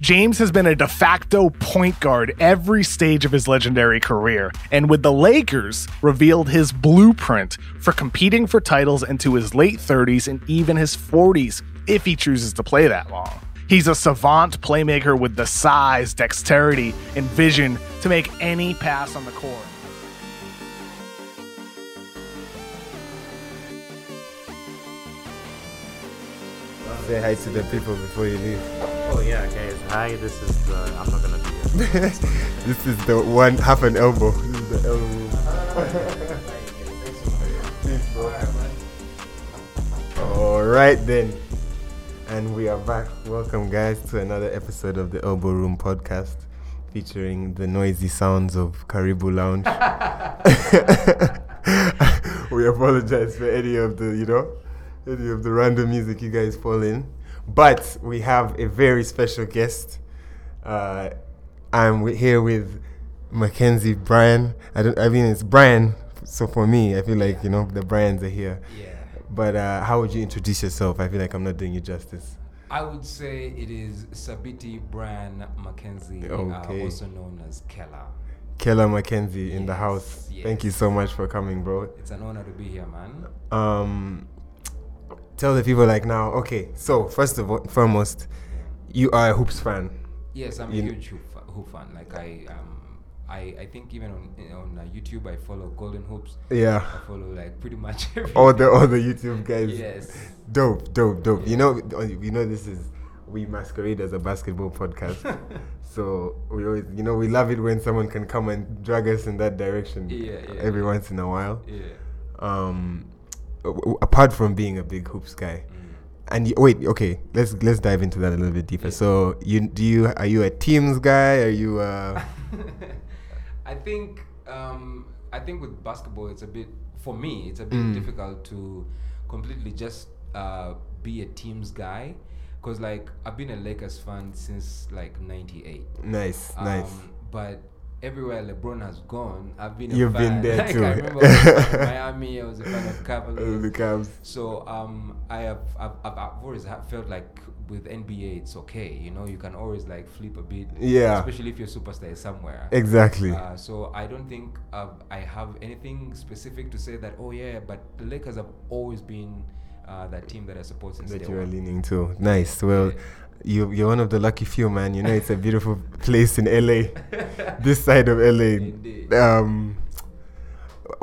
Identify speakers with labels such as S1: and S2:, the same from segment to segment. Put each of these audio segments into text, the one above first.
S1: James has been a de facto point guard every stage of his legendary career, and with the Lakers, revealed his blueprint for competing for titles into his late 30s and even his 40s if he chooses to play that long. He's a savant playmaker with the size, dexterity, and vision to make any pass on the court.
S2: Say hi to the people before you leave.
S3: Oh yeah, okay. Hi, this is. Uh, I'm not gonna be here.
S2: This is the one half an elbow. This is the elbow. All right then, and we are back. Welcome, guys, to another episode of the Elbow Room podcast, featuring the noisy sounds of Caribou Lounge. we apologize for any of the, you know, any of the random music you guys fall in, but we have a very special guest. Uh, I'm wi- here with Mackenzie Brian. I don't. I mean, it's Brian. So for me, I feel like you know the Brians are here.
S4: Yeah.
S2: But uh, how would you introduce yourself? I feel like I'm not doing you justice.
S4: I would say it is Sabiti Brian McKenzie,
S2: Okay.
S4: uh, also known as Keller.
S2: Keller Mackenzie in the
S4: Yes,
S2: house.
S4: yes.
S2: Thank you so much for coming, bro.
S4: It's an honor to be here, man.
S2: Um, tell the people like now. Okay, so first of all, foremost, you are a hoops fan.
S4: Yes, I'm
S2: You-
S4: a huge hoop, fa- hoop fan. Like I, um, I, I think even on on uh, YouTube, I follow Golden Hoops.
S2: Yeah.
S4: I follow like pretty much every.
S2: all the all the YouTube guys.
S4: Yes.
S2: Dope, dope, dope. You know, you know, this is we masquerade as a basketball podcast, so we always, you know, we love it when someone can come and drag us in that direction.
S4: Yeah, yeah,
S2: Every
S4: yeah.
S2: once in a while.
S4: Yeah.
S2: Um, a- w- apart from being a big hoops guy,
S4: Mm.
S2: and you, wait, okay, let's let's dive into that a little bit deeper. So, you do you are you a teams guy? Are you a
S4: I think um, I think with basketball, it's a bit for me. It's a
S2: Mm.
S4: bit difficult to completely just uh, be a teams guy because like I've been a Lakers fan since like '98.
S2: nice, nice?
S4: Um, but everywhere LeBron has gone, I've been. A
S2: You've been
S4: fan.
S2: there
S4: Like,
S2: too.
S4: I remember I was a fan of Miami. I was a fan of Cavaliers.
S2: Oh, the Cavs.
S4: So um, I have I've, I've, I've always ha- felt like with NBA it's okay. You know, you can always like flip a bit.
S2: Yeah.
S4: Especially if your superstar is somewhere.
S2: Exactly.
S4: Uh, so I don't think i I have anything specific to say that. Oh yeah, but the Lakers have always been uh, that team that I support since
S2: that
S4: day
S2: you are
S4: one.
S2: leaning to. Nice. Well,
S4: Yeah.
S2: you you're one of the lucky few, man. You know, it's a beautiful place in LA. this side of LA.
S4: Indeed.
S2: Um,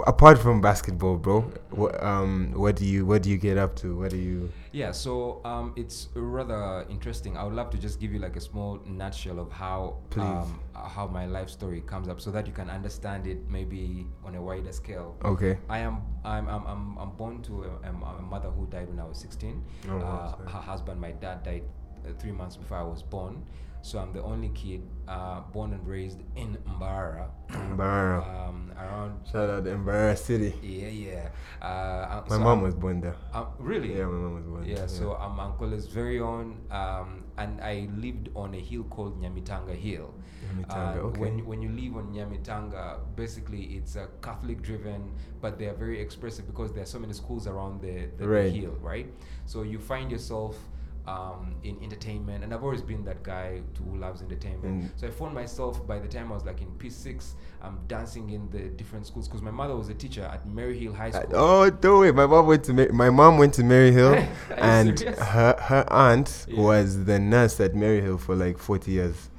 S2: apart from basketball, bro, what
S4: Mm.
S2: um what do you what do you get up to? What do you?
S4: Yeah, so um, it's rather interesting. I would love to just give you like a small nutshell of how
S2: Please.
S4: um, uh, how my life story comes up, so that you can understand it maybe on a wider scale.
S2: Okay.
S4: I am I'm I'm, I'm, I'm born to a, a- a mother who died when I was 16.
S2: Oh, wow,
S4: uh,
S2: sorry.
S4: her husband, my dad, died uh, three months before I was born, so I'm the only kid uh, born and raised in Mbara,
S2: Mbara.
S4: um, around.
S2: Shout out to Mbara City.
S4: Yeah, yeah. Uh, uh,
S2: My
S4: so
S2: mom
S4: I'm-
S2: was born there.
S4: I'm, really?
S2: Yeah, my mom was born.
S4: Yeah,
S2: there.
S4: so I'm Ankole's very own, um, and I lived on a hill called Nyamitanga Hill.
S2: Nyamitanga,
S4: Uh,
S2: okay.
S4: When when you live on Nyamitanga, basically it's a Catholic driven, but they are very expressive because there are so many schools around the, the, the
S2: Right.
S4: hill, right? So you find yourself. Um, in entertainment, and I've always been that guy to- who loves entertainment.
S2: Mm.
S4: So I found myself by the time I was like in P6, I'm dancing in the different schools because my mother was a teacher at Mary Hill High
S2: Uh,
S4: School.
S2: Oh, don't wait. My mom went to Mar- my mom went to Mary Hill,
S4: Are you
S2: and
S4: serious?
S2: her her aunt
S4: Yeah.
S2: was the nurse at Mary Hill for like forty years.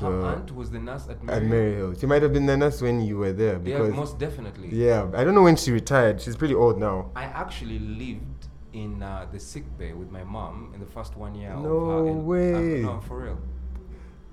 S4: Her
S2: So-
S4: aunt was the nurse at Mary.
S2: At Mary Hill, she might have been the nurse when you were there
S4: Yeah,
S2: because
S4: most definitely.
S2: yeah, I don't know when she retired. She's pretty old now.
S4: I actually lived in uh, the sick bay with my mom in the first one year.
S2: No
S4: of her, and-
S2: way.
S4: I'm, no, for real.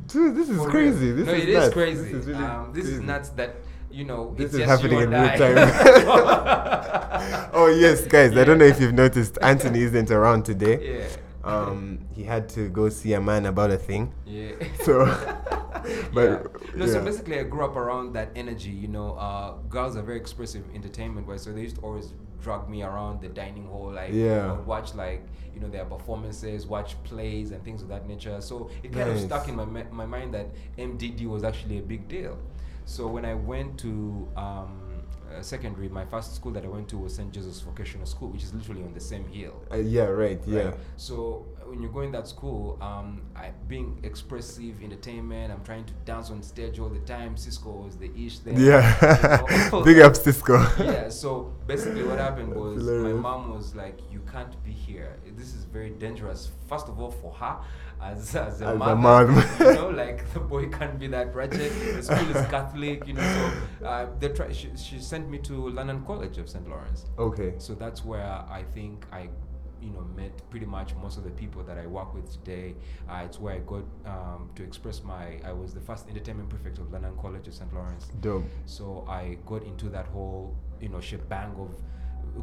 S2: Dude, this is
S4: For
S2: crazy.
S4: real.
S2: This
S4: no,
S2: is
S4: it is
S2: nuts.
S4: crazy.
S2: This is really
S4: um, this
S2: crazy.
S4: is nuts. That you know,
S2: This
S4: it's
S2: is
S4: just
S2: happening
S4: you
S2: in
S4: and
S2: real
S4: I.
S2: time. Oh yes, guys. I don't know if you've noticed. Anthony isn't around today.
S4: yeah.
S2: Um, he had to go see a man about a thing.
S4: Yeah.
S2: So, uh, but
S4: yeah. No,
S2: yeah.
S4: so basically, I grew up around that energy. You know, uh, girls are very expressive entertainment wise, so they used to always drag me around the dining hall. Like,
S2: Yeah.
S4: I would watch like you know their performances, watch plays and things of that nature. So it kind of
S2: Nice.
S4: stuck in my mi- my mind that MDD was actually a big deal. So when I went to um, uh, uh, secondary, my first school that I went to was St. Joseph's Vocational School, which is literally on the same hill.
S2: Uh, yeah, right. Yeah.
S4: Right. So uh, when you go in that school, um, I, being expressive, entertainment, I'm trying to dance on stage all the time. Cisco was the ish there.
S2: Yeah.
S4: you know?
S2: Big up Cisco.
S4: yeah. So basically, what happened
S2: That's
S4: was my
S2: hilarious.
S4: mom was like, "You can't be here. This is very dangerous. First of all, for her, as as a
S2: As a
S4: mother,
S2: mom.
S4: you know, like the boy can't be that ratchet. The school is Catholic, you know. So uh, they try. She, she sent me to London College of St. Lawrence.
S2: Okay.
S4: So that's where I think I, you know, met pretty much most of the people that I work with today. Uh, it's where I got um, to express my. I was the first entertainment prefect of London College of St. Lawrence.
S2: Dope.
S4: So I got into that whole, you know, shebang of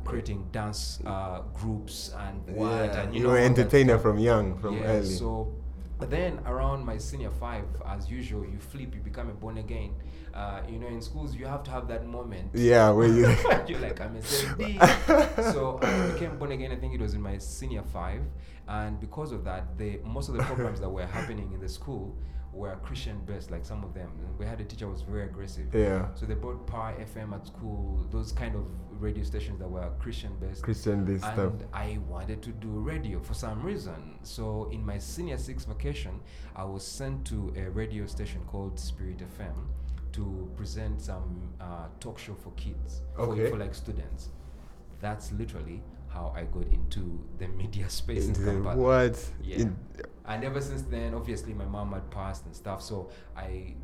S4: creating dance uh, groups and what
S2: Yeah.
S4: and
S2: You,
S4: you, know
S2: were
S4: all that
S2: entertainer from young, from
S4: yeah,
S2: early.
S4: So but then around my senior five, as usual, you flip, you become a born again. Uh, you know, in schools, you have to have that moment.
S2: yeah. Were you?
S4: You're like, I'm a ZB. so I became born again, I think it was in my senior five. And because of that, the most of the programs that were happening in the school were Christian based, like some of them. We had a teacher who was very aggressive.
S2: yeah.
S4: So they brought Power FM at school, those kind of radio stations that were Christian based.
S2: Christian based stuff.
S4: And I wanted to do radio for some reason. So in my senior six vacation, I was sent to a radio station called Spirit FM to present some uh, talk show for kids,
S2: Okay.
S4: for, for like students. That's literally how I got into the media space in
S2: Into
S4: Kampala.
S2: What?
S4: Yeah. And ever since then, obviously, my mom had passed and stuff. So I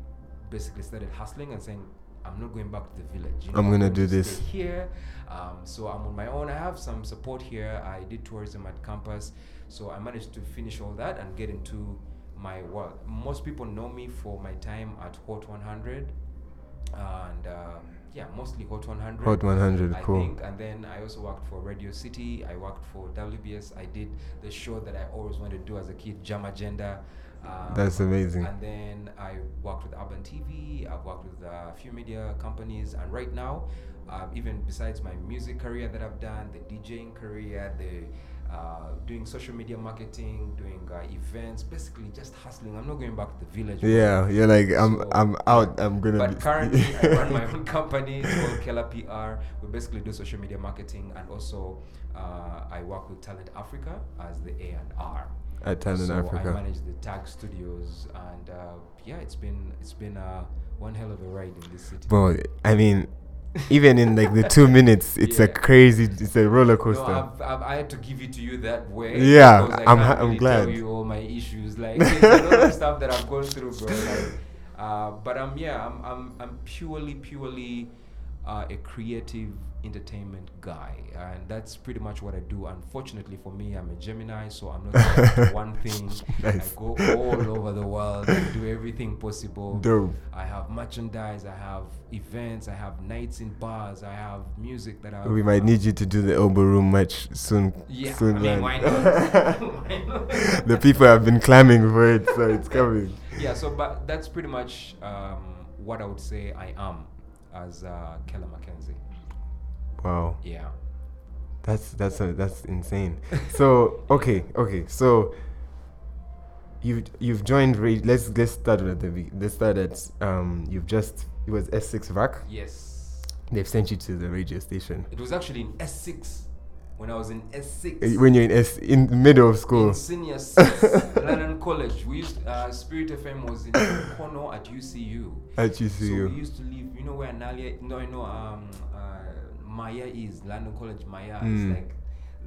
S4: basically started hustling and saying, I'm not going back to the village. you
S2: I'm gonna
S4: going
S2: do
S4: to
S2: this."
S4: stay here. Um, so I'm on my own. I have some support here. I did tourism at campus. So I managed to finish all that and get into my work. Most people know me for my time at Hot 100. And uh, yeah, mostly Hot 100.
S2: Hot 100,
S4: I
S2: cool.
S4: think. And then I also worked for Radio City. I worked for WBS. I did the show that I always wanted to do as a kid, Jam Agenda. Um,
S2: That's amazing.
S4: And then I worked with Urban TV. I've worked with a few media companies. And right now, um, even besides my music career that I've done, the DJing career, the uh, doing social media marketing, doing uh, events, basically just hustling. I'm not going back to the village.
S2: Yeah. You're like I'm.
S4: So-
S2: I'm out. I'm gonna. be,
S4: But currently, I run my own company. It's called Keller PR. We basically do social media marketing, and also uh, I work with Talent Africa as the A and R.
S2: at Talent
S4: so I
S2: Africa.
S4: manage the tag studios, and uh, yeah, it's been it's been uh, one hell of a ride in this city.
S2: But I mean, even in like the two minutes, it's a
S4: Yeah.
S2: crazy. It's a roller
S4: no,
S2: coaster.
S4: I've, I've, I had to give it to you that way.
S2: Yeah,
S4: because I
S2: I'm
S4: can't
S2: ha- I'm
S4: really
S2: glad.
S4: Tell you all my issues, like there's a lot of stuff that I've gone through, bro. Like, uh, but I'm yeah, I'm I'm, I'm purely purely uh, a creative entertainment guy, and that's pretty much what I do. Unfortunately for me, I'm a Gemini, so I'm not just one thing.
S2: Nice.
S4: I go all over the world and do everything possible.
S2: Dope.
S4: I have merchandise, I have events, I have nights in bars, I have music that I
S2: we might need you to do the elbow room match soon.
S4: yeah,
S2: soon
S4: I
S2: man.
S4: mean, why not? Why not?
S2: the people have been clamoring for it, so it's coming.
S4: yeah, so but that's pretty much um, what I would say I am as uh, Keller McKenzie.
S2: Wow,
S4: Yeah.
S2: that's that's a, that's insane. So okay, okay, so you've you've joined. Ra- let's let's start at the be- let's start at um you've just it was S six VAC.
S4: Yes.
S2: They've sent you to the radio station
S4: It was actually in S6 when I was in
S2: Uh,
S4: S6.
S2: when you're in S in the middle of school.
S4: in senior six, London College. We used uh, Spirit FM was in Kono at UCU.
S2: At
S4: So
S2: UCU.
S4: we used to live. You know where Nalia? No, no. Um, uh, Maya is London College. Maya
S2: Mm.
S4: is like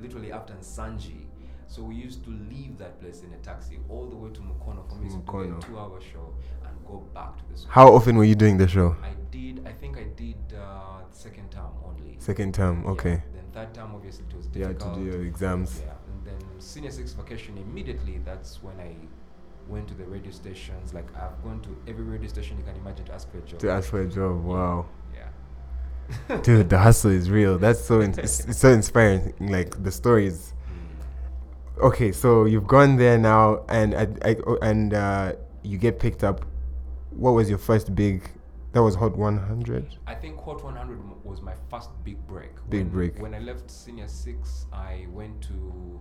S4: literally after Sanji. So we used to leave that place in a taxi all the way to Mukono for me to do
S2: Mukono.
S4: a two-hour show and go back to the school.
S2: How often were you doing the show?
S4: I did. I think I did uh, second term only.
S2: Second term,
S4: Yeah,
S2: okay.
S4: Then third term, obviously, it was
S2: You had
S4: difficult.
S2: to do your exams.
S4: Yeah, and then senior six vacation immediately. That's when I went to the radio stations. Like I've gone to every radio station you can imagine to ask for a job.
S2: To ask for a job, wow.
S4: yeah,
S2: Dude, the hustle is real. That's so in- it's, it's so inspiring. Like the stories. Okay, so you've gone there now, and I, I, oh, and uh, you get picked up. What was your first big? That was Hot 100.
S4: I think Hot 100 m- was my first big break.
S2: Big
S4: when,
S2: break.
S4: When I left senior six, I went to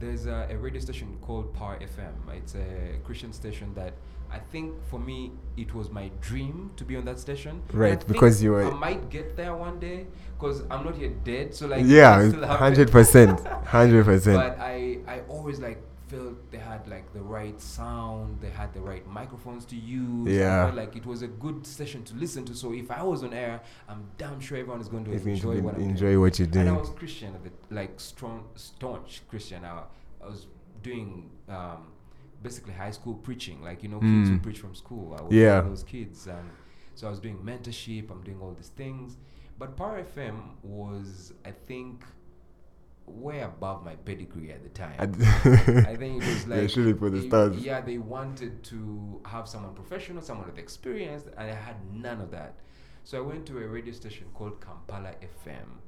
S4: there's a, a radio station called Power FM. It's a Christian station that I I think for me, it was my dream to be on that station. And I
S2: Right,
S4: think
S2: because you were-
S4: I might get there one day because I'm not yet dead. So like, it
S2: yeah,
S4: can still happen.
S2: hundred percent, hundred percent.
S4: But I, I always like felt they had like the right sound, they had the right microphones to use. I
S2: Yeah.
S4: felt like it was a good session to listen to. So if I was on air, I'm damn sure everyone is going to
S2: It's going
S4: uh, enjoy
S2: to
S4: what I'm
S2: be,
S4: doing.
S2: enjoy what you're
S4: And I
S2: doing.
S4: was Christian, at the, like strong, staunch Christian. I, I was doing um, basically high school preaching, like you know, kids who
S2: Mm.
S4: preach from school. I was
S2: Yeah.
S4: one of those kids, and so I was doing mentorship. I'm doing all these things, but Power FM was, I think, way above my pedigree at the time.
S2: I
S4: I think it was like
S2: yeah, surely for the
S4: they-
S2: stars.
S4: Yeah, they wanted to have someone professional, someone with experience, and I had none of that. So I went to a radio station called Kampala FM.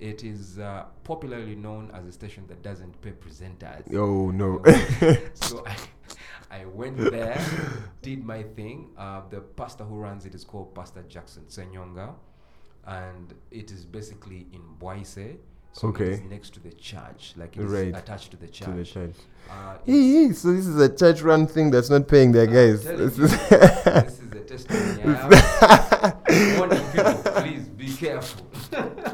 S4: It is uh, popularly known as a station that doesn't pay presenters.
S2: Oh no.
S4: so I, I went there, did my thing. Uh, the pastor who runs it is called Pastor Jackson Senyonga, and it is basically in Boise. So it
S2: Okay.
S4: is next to the church, like it is
S2: Right.
S4: attached to the church.
S2: to the church.
S4: Uh, it's-
S2: Hey, hey, so this is a church run thing that's not paying their guys.
S4: telling you,
S2: This is-
S4: this is a testimony. I am warning people, please be careful.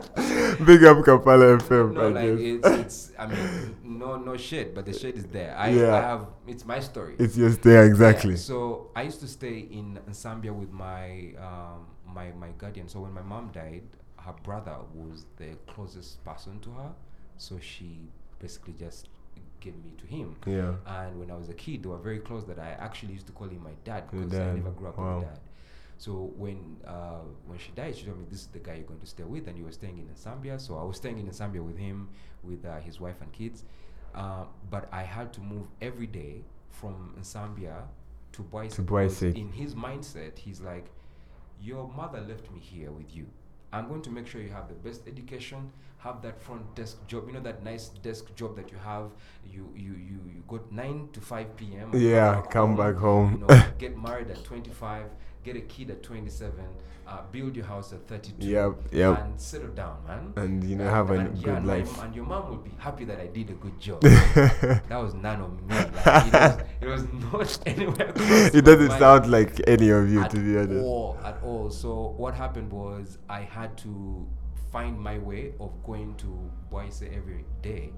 S2: Big up Kampala FM,
S4: no,
S2: I guess.
S4: like it's, it's, I mean, no, no shit, but the shit is there. I,
S2: Yeah.
S4: I have, it's my story.
S2: It's just there,
S4: Yeah,
S2: exactly.
S4: so I used to stay in Zambia with my, um, my, my guardian. So when my mom died, her brother was the closest person to her. So she basically just gave me to him.
S2: yeah.
S4: And when I was a kid, they were very close. That I actually used to call him my dad
S2: Your
S4: because I
S2: dad.
S4: never grew up
S2: Wow.
S4: with a dad. So when uh, when she died, she told me this is the guy you're going to stay with, and you were staying in Zambia. So I was staying in Zambia with him, with uh, his wife and kids. Uh, but I had to move every day from Zambia to Boise.
S2: To
S4: because
S2: Boise.
S4: In his mindset, he's like, "Your mother left me here with you. I'm going to make sure you have the best education, have that front desk job. You know that nice desk job that you have. You you you you got nine to five p.m. and
S2: Yeah, come back home.
S4: You know, get married at 25, get a kid at 27, uh, build your house at 32.
S2: Yep, yep.
S4: And settle down, man.
S2: And, you know, have a
S4: and, yeah,
S2: good
S4: and my-
S2: life.
S4: and your mom will be happy that I did a good job. that was none of me. Like, it, was, it was not anywhere. close
S2: it
S4: to
S2: doesn't
S4: my-
S2: sound like any of you,
S4: at
S2: to be honest.
S4: all, at all. So what happened was I had to find my way of going to Boise every day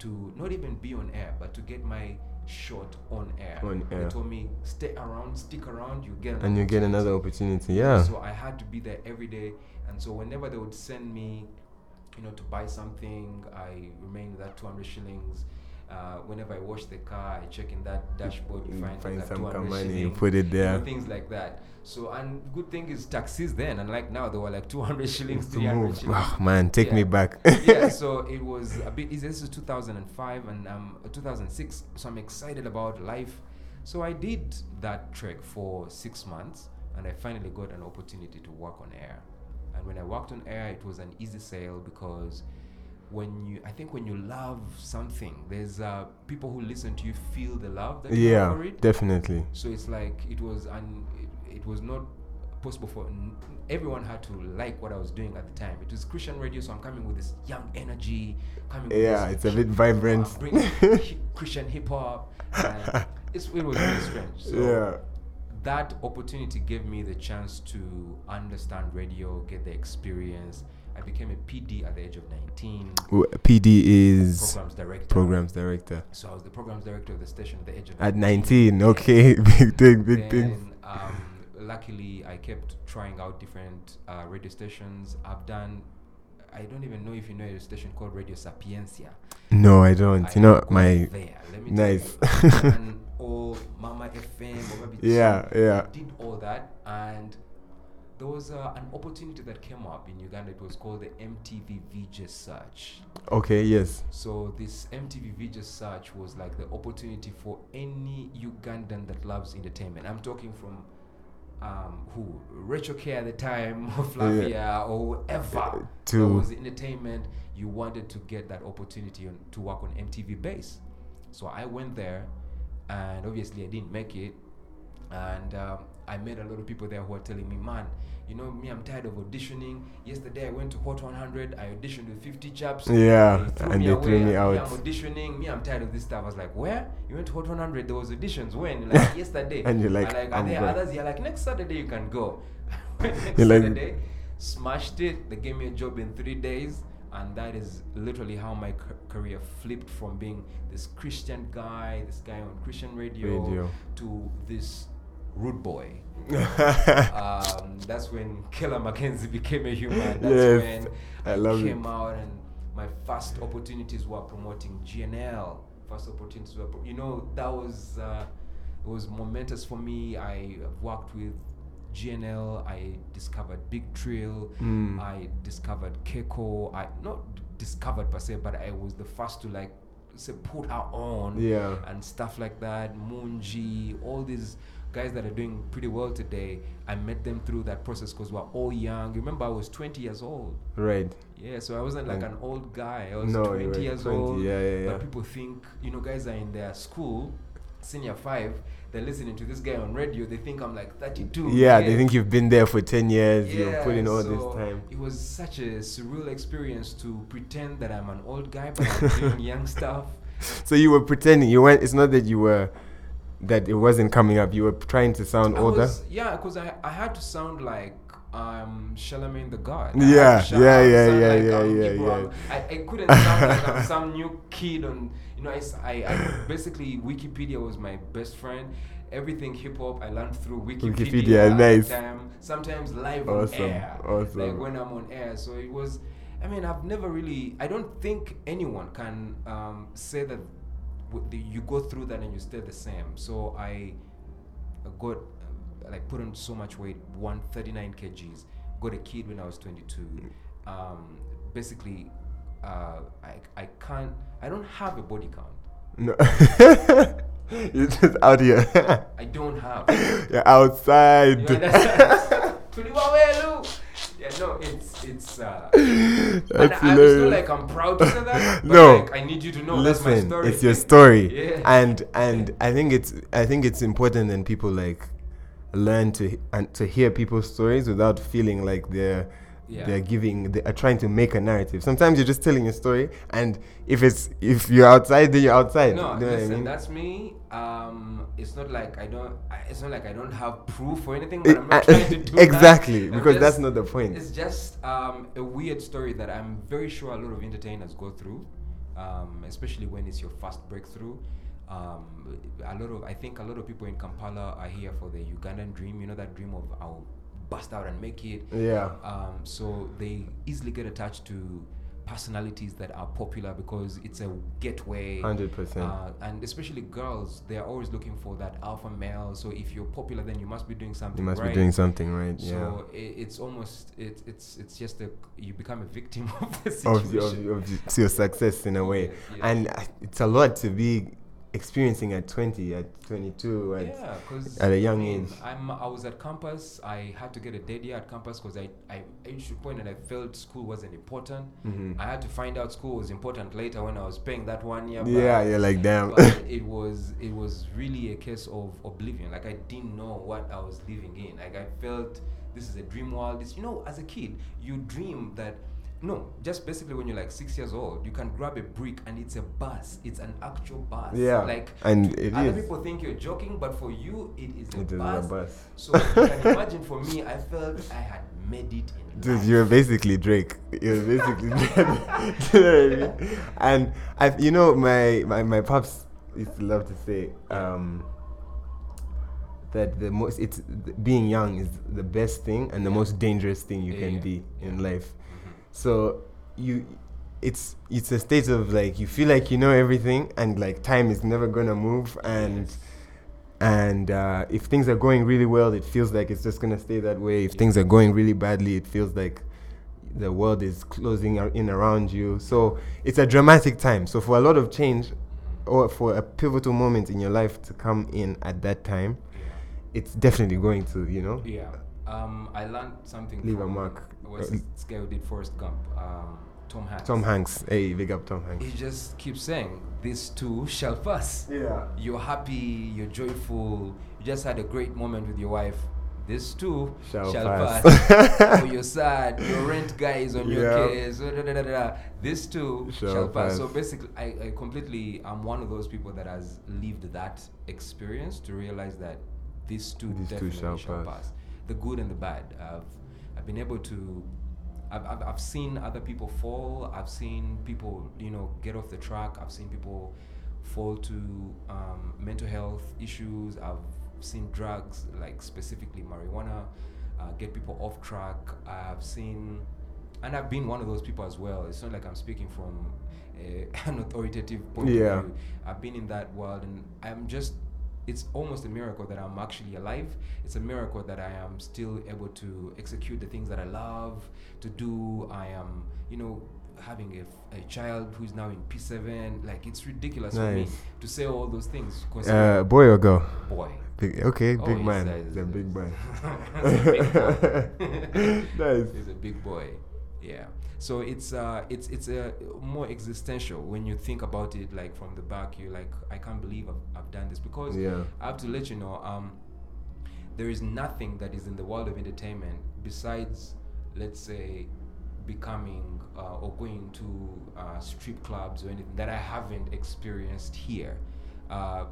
S4: to not even be on air, but to get my shot on air.
S2: On
S4: They
S2: air.
S4: told me stay around, stick around, you get
S2: And you get
S4: opportunity."
S2: another opportunity, yeah.
S4: So I had to be there every day, and so whenever they would send me, you know, to buy something, I remain with that two hundred shillings. Uh, whenever I wash the car, I check in that dashboard,
S2: You
S4: you find,
S2: Mm, find
S4: that
S2: some
S4: 200
S2: money, you
S4: shilling,
S2: put it
S4: you know,
S2: there.
S4: things like that. So and good thing is taxis then, and like now they were like two hundred shillings,
S2: to
S4: three hundred
S2: move.
S4: shillings
S2: Oh, man, take me
S4: Yeah.
S2: back.
S4: yeah, so it was a bit easy. This is 2005 and um, 2006, so I'm excited about life. So I did that trek for six months, and I finally got an opportunity to work on air. And when I worked on air, it was an easy sale because when you, I think when you love something, there's uh, people who listen to you feel the love that you have
S2: yeah,
S4: for it.
S2: definitely.
S4: So it's like it was and it, it was not possible for n- everyone had to like what I was doing at the time. It was Christian radio, so I'm coming with this young energy, coming.
S2: Yeah,
S4: with
S2: it's
S4: this
S2: a bit
S4: I'm
S2: vibrant.
S4: bringing hi- Christian hip hop. and It's it was really strange. So
S2: yeah.
S4: that opportunity gave me the chance to understand radio, get the experience. I became a PD at the age of 19,
S2: Who- PD is
S4: programs director.
S2: programs director.
S4: So I was the programs director of the station at the age of
S2: At 19, okay, big thing, big thing.
S4: then, um, luckily, I kept trying out different uh, radio stations. I've done. I don't even know if you know a station called Radio Sapiencia.
S2: No, I don't.
S4: I
S2: you know,
S4: got
S2: my
S4: there. Let me
S2: nice.
S4: Tell you. and all Mama FM, or maybe
S2: Yeah,
S4: Chi,
S2: yeah.
S4: Did all that, and there was uh, an opportunity that came up in Uganda. It was called the MTV VJ Search.
S2: okay, yes.
S4: So this MTV Video Search was like the opportunity for any Ugandan that loves entertainment. I'm talking from um, who Rachel K at the time, or Flavia, or whoever.
S2: To-
S4: There was entertainment. You wanted to get that opportunity on, to work on MTV Base. So I went there, and obviously I didn't make it. and um, I met a lot of people there who are telling me, man, you know me, I'm tired of auditioning. Yesterday I went to Hot 100, I auditioned with 50 chaps.
S2: Yeah, and they threw
S4: away.
S2: me out.
S4: I'm auditioning, me, I'm tired of this stuff. I was like, where? You went to Hot 100? There was auditions when? Like yesterday.
S2: And you're like,
S4: I'm like
S2: "I'm
S4: are there
S2: going."
S4: others? You're like, next Saturday you can go. next
S2: You're like-
S4: Saturday, smashed it. They gave me a job in three days. And that is literally how my ca- career flipped from being this Christian guy, this guy on Christian radio,
S2: Radio.
S4: to this rude boy. um, that's when Keller McKenzie became a human. That's
S2: Yes,
S4: when
S2: I love it.
S4: came out, and my first opportunities were promoting GNL. First opportunities were, pro- you know, that was uh, it was momentous for me. I worked with GNL. I discovered Big Trill.
S2: Hmm.
S4: I discovered Keiko. I not discovered per se, but I was the first to like say put her on
S2: Yeah.
S4: and stuff like that. Munji, all these guys that are doing pretty well today. I met them through that process because we're all young. Remember, I was 20 years old.
S2: Right.
S4: Yeah, so I wasn't like an old guy. I was
S2: Mm. No, you
S4: 20
S2: were
S4: years
S2: 20,
S4: old.
S2: yeah, yeah, yeah.
S4: But people think, you know, guys are in their school, senior five, they're listening to this guy on radio. They think I'm like 32.
S2: Yeah, they think you've been there for 10 years, you've put in all
S4: so
S2: this time.
S4: It was such a surreal experience to pretend that I'm an old guy, but I'm doing young stuff.
S2: So you were pretending, you weren't, it's not that you were, that it wasn't coming up, you were trying to sound
S4: I
S2: older.
S4: was- yeah, because I, I had to sound like um Charlemagne the God. I
S2: Yeah,
S4: had to shout-
S2: yeah,
S4: I had to
S2: yeah,
S4: sound
S2: yeah,
S4: like
S2: yeah,
S4: I'm
S2: yeah,
S4: Ibrahim.
S2: yeah.
S4: I, I couldn't sound like I'm some new kid on you know. I, s- I- I- basically Wikipedia was my best friend. Everything hip hop I learned through Wikipedia.
S2: Wikipedia,
S4: at the
S2: nice.
S4: Time, sometimes live
S2: Awesome,
S4: on air. Like
S2: awesome.
S4: when I'm on air, so it was. I mean, I've never really. I don't think anyone can um, say that w- the, you go through that and you stay the same. So I got uh, like put on so much weight, 139 kgs. Got a kid when I was 22. Um, basically, uh, I I can't. I don't have a body count.
S2: No. You're just out here.
S4: I don't have.
S2: You're outside.
S4: You understand? Tuliwa welu. Yeah, no, it's it's. Uh, and
S2: That's
S4: I, I feel
S2: hilarious.
S4: like I'm proud to say that. But
S2: No.
S4: like, I need you to know
S2: Listen,
S4: that's my story.
S2: it's your story,
S4: yeah.
S2: and and I think it's I think it's important that people like learn to and to hear people's stories without feeling like they're
S4: Yeah.
S2: they're giving they are trying to make a narrative. Sometimes you're just telling a story, and if it's if you're outside, then you're outside.
S4: no,
S2: You know what I
S4: listen,
S2: mean?
S4: that's me. Um, it's not like I don't. I- It's not like I don't have proof or anything.
S2: It-
S4: But I'm not
S2: I-
S4: trying to do that.
S2: exactly,
S4: I'm
S2: because that's
S4: just-
S2: not the point.
S4: It's just um, a weird story that I'm very sure a lot of entertainers go through, um, especially when it's your first breakthrough. Um, a lot of I think a lot of people in Kampala are here for the Ugandan dream. You know that dream of I'll bust out and make it.
S2: Yeah.
S4: Um, so they easily get attached to personalities that are popular because it's a gateway.
S2: 100%.
S4: Uh, and especially girls, they are always looking for that alpha male. So if you're popular, then you must be doing something.
S2: you must
S4: right.
S2: be doing something right.
S4: So i it's almost it, it's it's just a you become a victim of the
S2: yeah,
S4: situation.
S2: of, your- of, your- of your- to your success in a way,
S4: Yes, yes.
S2: and uh, it's a lot to be experiencing at 20, at 22, at
S4: yeah, because
S2: at a young age.
S4: I'm I was at campus. I had to get a dead year at campus because I I reached a point and I felt school wasn't important.
S2: Mm-hmm.
S4: I had to find out school was important later when I was paying that one year. back.
S2: Yeah, you're like damn.
S4: but it was it was really a case of oblivion. Like I didn't know what I was living in. Like I felt this is a dream world. This, you know, as a kid, you dream that. No, just basically when you're like six years old, you can grab a brick and it's a bus. It's an actual bus.
S2: Yeah,
S4: Like
S2: and
S4: to
S2: it
S4: other
S2: is.
S4: people think you're joking, but for you it is a,
S2: It is a
S4: bus.
S2: bus.
S4: So you can imagine for me, I felt I had made it in
S2: Dude,
S4: life.
S2: you're basically Drake. You're basically Drake. Do you know what I mean? And I, you know, my, my my pops used to love to say um, that the most it's th- being young is the best thing and the most dangerous thing you
S4: Yeah,
S2: can
S4: yeah,
S2: be in
S4: yeah. Mm-hmm.
S2: life. So you, it's it's a state of like you feel like you know everything and like time is never gonna move and and uh, if things are going really well, it feels like it's just gonna stay that way. If things are going really badly, it feels like the world is closing ar- in around you. So it's a dramatic time. So for a lot of change, or for a pivotal moment in your life to come in at that time, it's definitely going to, you know.
S4: Yeah. Um, I learned something.
S2: Leave a
S4: from
S2: mark.
S4: What's
S2: Uh,
S4: this guy who did Forrest Gump? Um, Tom Hanks.
S2: Tom Hanks. Hey, big up Tom Hanks.
S4: He just keeps saying, "This too shall pass."
S2: Yeah.
S4: You're happy. You're joyful. You just had a great moment with your wife. This too
S2: Shall
S4: shall,
S2: pass.
S4: pass. or you're sad. Your rent guy is on
S2: Yeah.
S4: your case. da, da, da, da, da. This too
S2: Shall
S4: shall, pass.
S2: pass.
S4: So basically, I, I completely am one of those people that has lived that experience to realize that this too
S2: This too
S4: definitely
S2: shall
S4: shall,
S2: pass.
S4: pass the good and the bad. I've I've been able to. I've, I've, I've seen other people fall. I've seen people, you know, get off the track. I've seen people fall to um, mental health issues. I've seen drugs, like specifically marijuana, uh, get people off track. I've seen, and I've been one of those people as well. It's not like I'm speaking from a, an authoritative point
S2: Yeah.
S4: of view. I've been in that world, and I'm just. It's almost a miracle that I'm actually alive. It's a miracle that I am still able to execute the things that I love to do. I am, you know, having a, f- a child who's now in P7. Like, it's ridiculous for me
S2: Nice.
S4: to say all those things.
S2: Uh,
S4: Considering
S2: boy or girl?
S4: boy.
S2: Big, okay,
S4: Oh,
S2: big
S4: he's
S2: man.
S4: a-
S2: He's a big man.
S4: He's a big boy.
S2: nice.
S4: He's a big boy. Yeah. So it's uh it's it's a more existential when you think about it like from the back you're like I can't believe I've, I've done this because
S2: Yeah.
S4: I have to let you know um there is nothing that is in the world of entertainment besides let's say becoming uh, or going to uh, strip clubs or anything that I haven't experienced here uh,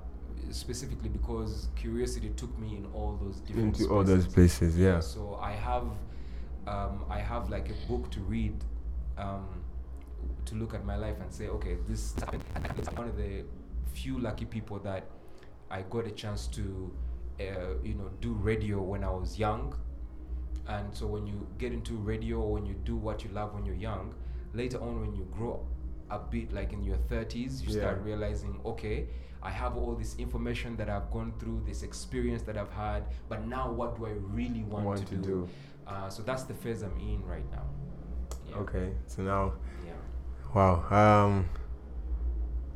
S4: specifically because curiosity took me in all those different
S2: Into all those places, yeah.
S4: so I have, um, I have like a book to read, um, to look at my life and say, okay, this happened. And it's one of the few lucky people that I got a chance to, uh, you know, do radio when I was young. And so when you get into radio, when you do what you love when you're young, later on when you grow a bit, like in your 30s, you
S2: Yeah.
S4: start realizing, okay, I have all this information that I've gone through, this experience that I've had, but now what do I really want,
S2: Want
S4: to,
S2: to
S4: do?
S2: do.
S4: Uh, so that's the phase I'm in right now. Yeah.
S2: Okay, so now,
S4: Yeah.
S2: wow. Um,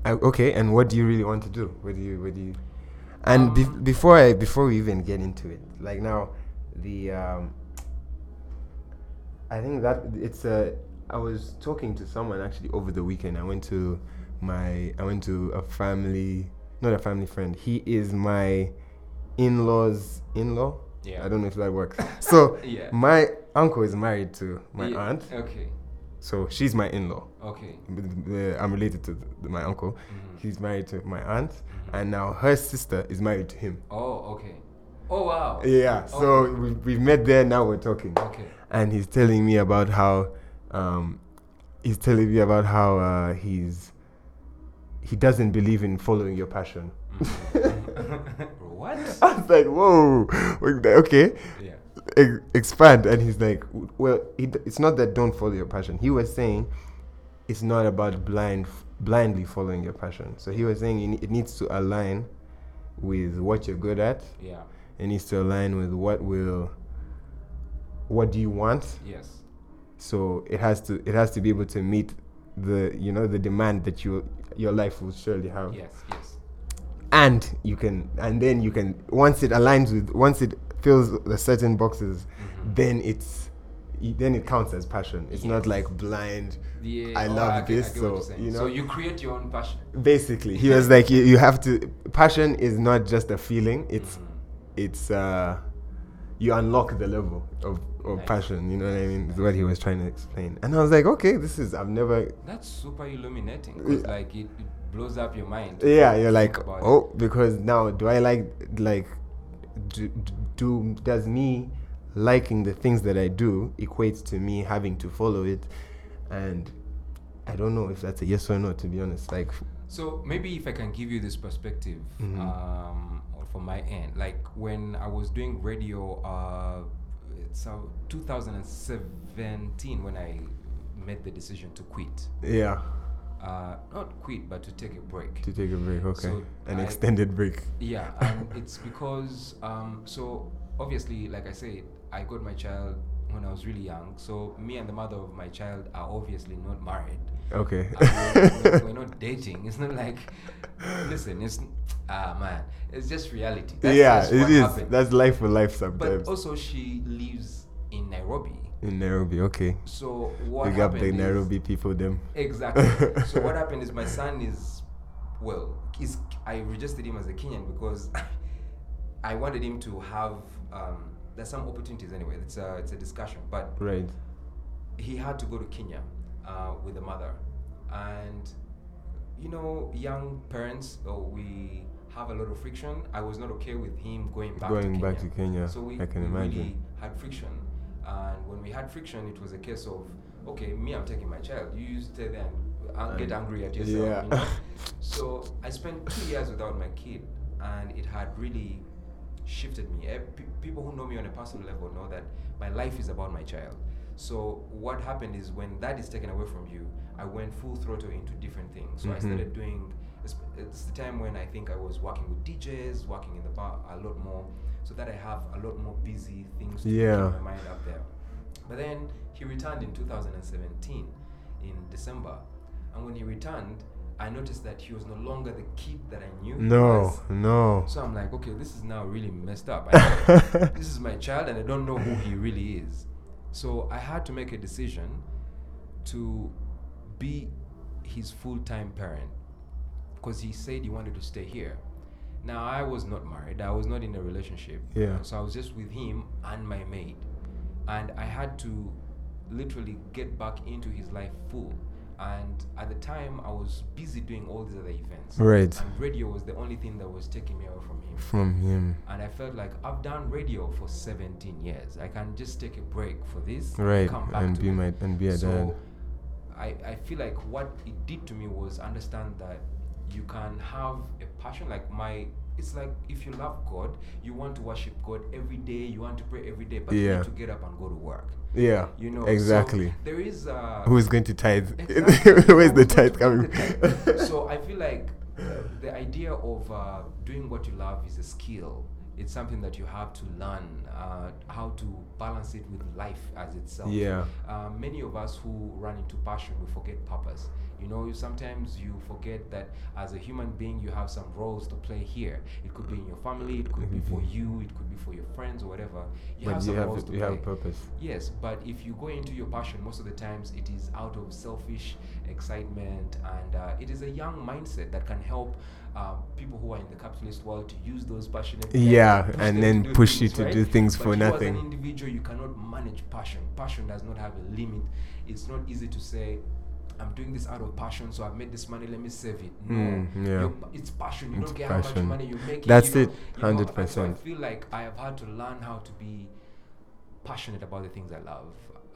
S2: I, okay, and what do you really want to do? What do you, what do you? And be-
S4: Um,
S2: before I, before we even get into it, like now, the, um, I think that it's a. I was talking to someone actually over the weekend. I went to my, I went to a family, not a family friend. He is my in-laws in-law.
S4: Yeah.
S2: I don't know if that works. So
S4: Yeah.
S2: my uncle is married to my
S4: Yeah,
S2: aunt.
S4: Okay.
S2: So she's my in-law.
S4: Okay.
S2: Uh, I'm related to th- my uncle.
S4: Mhm.
S2: He's married to my aunt, and now her sister is married to him.
S4: Oh, okay. Oh wow.
S2: Yeah. So
S4: Okay.
S2: we we met there. Now we're talking,
S4: Okay.
S2: and he's telling me about how, um, he's telling me about how uh, he's he doesn't believe in following your passion.
S4: what?
S2: I was like, whoa, okay,
S4: Yeah.
S2: ex- expand. And he's like, w- well, it, it's not that don't follow your passion. He was saying it's not about blind, blindly following your passion. So he was saying you ne- it needs to align with what you're good at.
S4: Yeah.
S2: It needs to align with what will, what do you want.
S4: Yes.
S2: So it has to, it has to be able to meet the, you know, the demand that you, your life will surely have
S4: Yes. Yes.
S2: and you can and then you can once it aligns with once it fills the certain boxes then it's y- then it counts as passion it's not
S4: Mm-hmm. Yes.
S2: like blind
S4: Yeah.
S2: i
S4: oh,
S2: love
S4: get-
S2: this
S4: get what you're
S2: so
S4: saying.
S2: you know
S4: So you create your own passion.
S2: basically he was like you, you have to passion is not just a feeling it's
S4: Mm. Mm-hmm.
S2: it's uh you unlock the level of, of
S4: Nice.
S2: passion you know what i mean is what he was trying to explain and i was like okay this is i've never
S4: That's super illuminating. 'cause, like it, it blows up your mind.
S2: yeah you're like
S4: about it.
S2: oh because now do i like like do, do does me liking the things that i do equates to me having to follow it and i don't know if that's a yes or no to be honest like
S4: So maybe if I can give you this perspective um, or from my end, like when I was doing radio, uh, it's uh, 2017 when I made the decision to quit.
S2: yeah
S4: Uh, not quit, but to take a break.
S2: to take a break okay
S4: So
S2: an
S4: I-
S2: extended break
S4: Yeah, and it's because um, so obviously, like I said, I got my child when I was really young. So me and the mother of my child are obviously not married.
S2: okay
S4: Uh, we're, we're- we're not dating. It's not like, listen, it's ah man, it's just reality. That's,
S2: yeah
S4: that's
S2: it
S4: what
S2: is
S4: happened.
S2: that's life for life
S4: but
S2: sometimes
S4: also, she lives in Nairobi.
S2: in Nairobi. Okay,
S4: So what
S2: big up
S4: happened
S2: the
S4: is-
S2: Nairobi people. Them.
S4: Exactly. so what happened is my son is, well, is I registered him as a Kenyan because I wanted him to have. Um, there's some opportunities anyway. It's a it's a discussion, but
S2: Right.
S4: he had to go to Kenya uh, with the mother, and you know, young parents, oh, we have a lot of friction. I was not okay with him going back to
S2: Going
S4: Kenya.
S2: back to Kenya,
S4: So we,
S2: I can
S4: we really
S2: imagine.
S4: had friction, and when we had friction, it was a case of okay, me, I'm taking my child. You stay there and uh, get angry at yourself.
S2: yeah.
S4: You know? so I spent two years without my kid, and it had really shifted me. Eh, pe- people who know me on a personal level know that my life is about my child. So what happened is when that is taken away from you, I went full throttle into different things. So I started doing. It's, it's the time when I think I was working with DJs, working in the bar a lot more, so that I have a lot more busy things to
S2: Yeah.
S4: keep my mind up there. But then he returned in 2017, in December, and when he returned, I noticed that he was no longer the kid that I knew. he
S2: No,
S4: was.
S2: no.
S4: So I'm like, okay, this is now really messed up. I- this is my child, and I don't know who he really is. So I had to make a decision to be his full time parent because he said he wanted to stay here. Now, I was not married, I was not in a relationship.
S2: Yeah.
S4: So I was just with him and my maid. And I had to literally get back into his life full. And at the time, I was busy doing all these other events.
S2: Right.
S4: And radio was the only thing that was taking me away from him.
S2: From him.
S4: And I felt like I've done radio for 17 years. I can just take a break for this.
S2: Right.
S4: Come back
S2: And
S4: to
S2: be
S4: it.
S2: my and be a dad.
S4: So I, I feel like what it did to me was understand that you can have a passion like my it's like if you love God, you want to worship God every day, you want to pray every day, but you
S2: Yeah.
S4: need to get up and go to work.
S2: Yeah.
S4: You know so
S2: Exactly.
S4: there is uh
S2: Who is going to tithe?
S4: Exactly.
S2: Where's the
S4: Who's going
S2: tithe
S4: to
S2: coming?
S4: do the tithe? so I feel like uh, the idea of uh, doing what you love is a skill. It's something that you have to learn uh, how to balance it with life as itself.
S2: Yeah.
S4: Uh, many of us who run into passion, we forget purpose. You know, you- sometimes you forget that as a human being, you have some roles to play here. It could be in your family, it could be for you, it could be for your friends or whatever. You
S2: Mm-hmm. but
S4: have
S2: you
S4: some roles
S2: have
S4: to
S2: you have a
S4: play.
S2: purpose.
S4: Yes, but if you go into your passion, most of the times it is out of selfish excitement, and uh, it is a young mindset that can help uh, people who are in the capitalist world to use those passionate. things,
S2: Yeah,
S4: push
S2: and
S4: them
S2: then
S4: to do
S2: push you
S4: things,
S2: to
S4: right?
S2: do things
S4: But
S2: for
S4: you as
S2: nothing.
S4: an individual, you cannot manage passion. Passion does not have a limit. It's not easy to say. I'm doing this out of passion, so I've made this money. Let me save it. No,
S2: Mm, yeah.
S4: Your- it's passion. You
S2: It's
S4: don't care how much
S2: passion.
S4: money you make.
S2: That's
S4: you
S2: it,
S4: know- you know, and so I
S2: 100%.
S4: feel like I have had to learn how to be passionate about the things I love,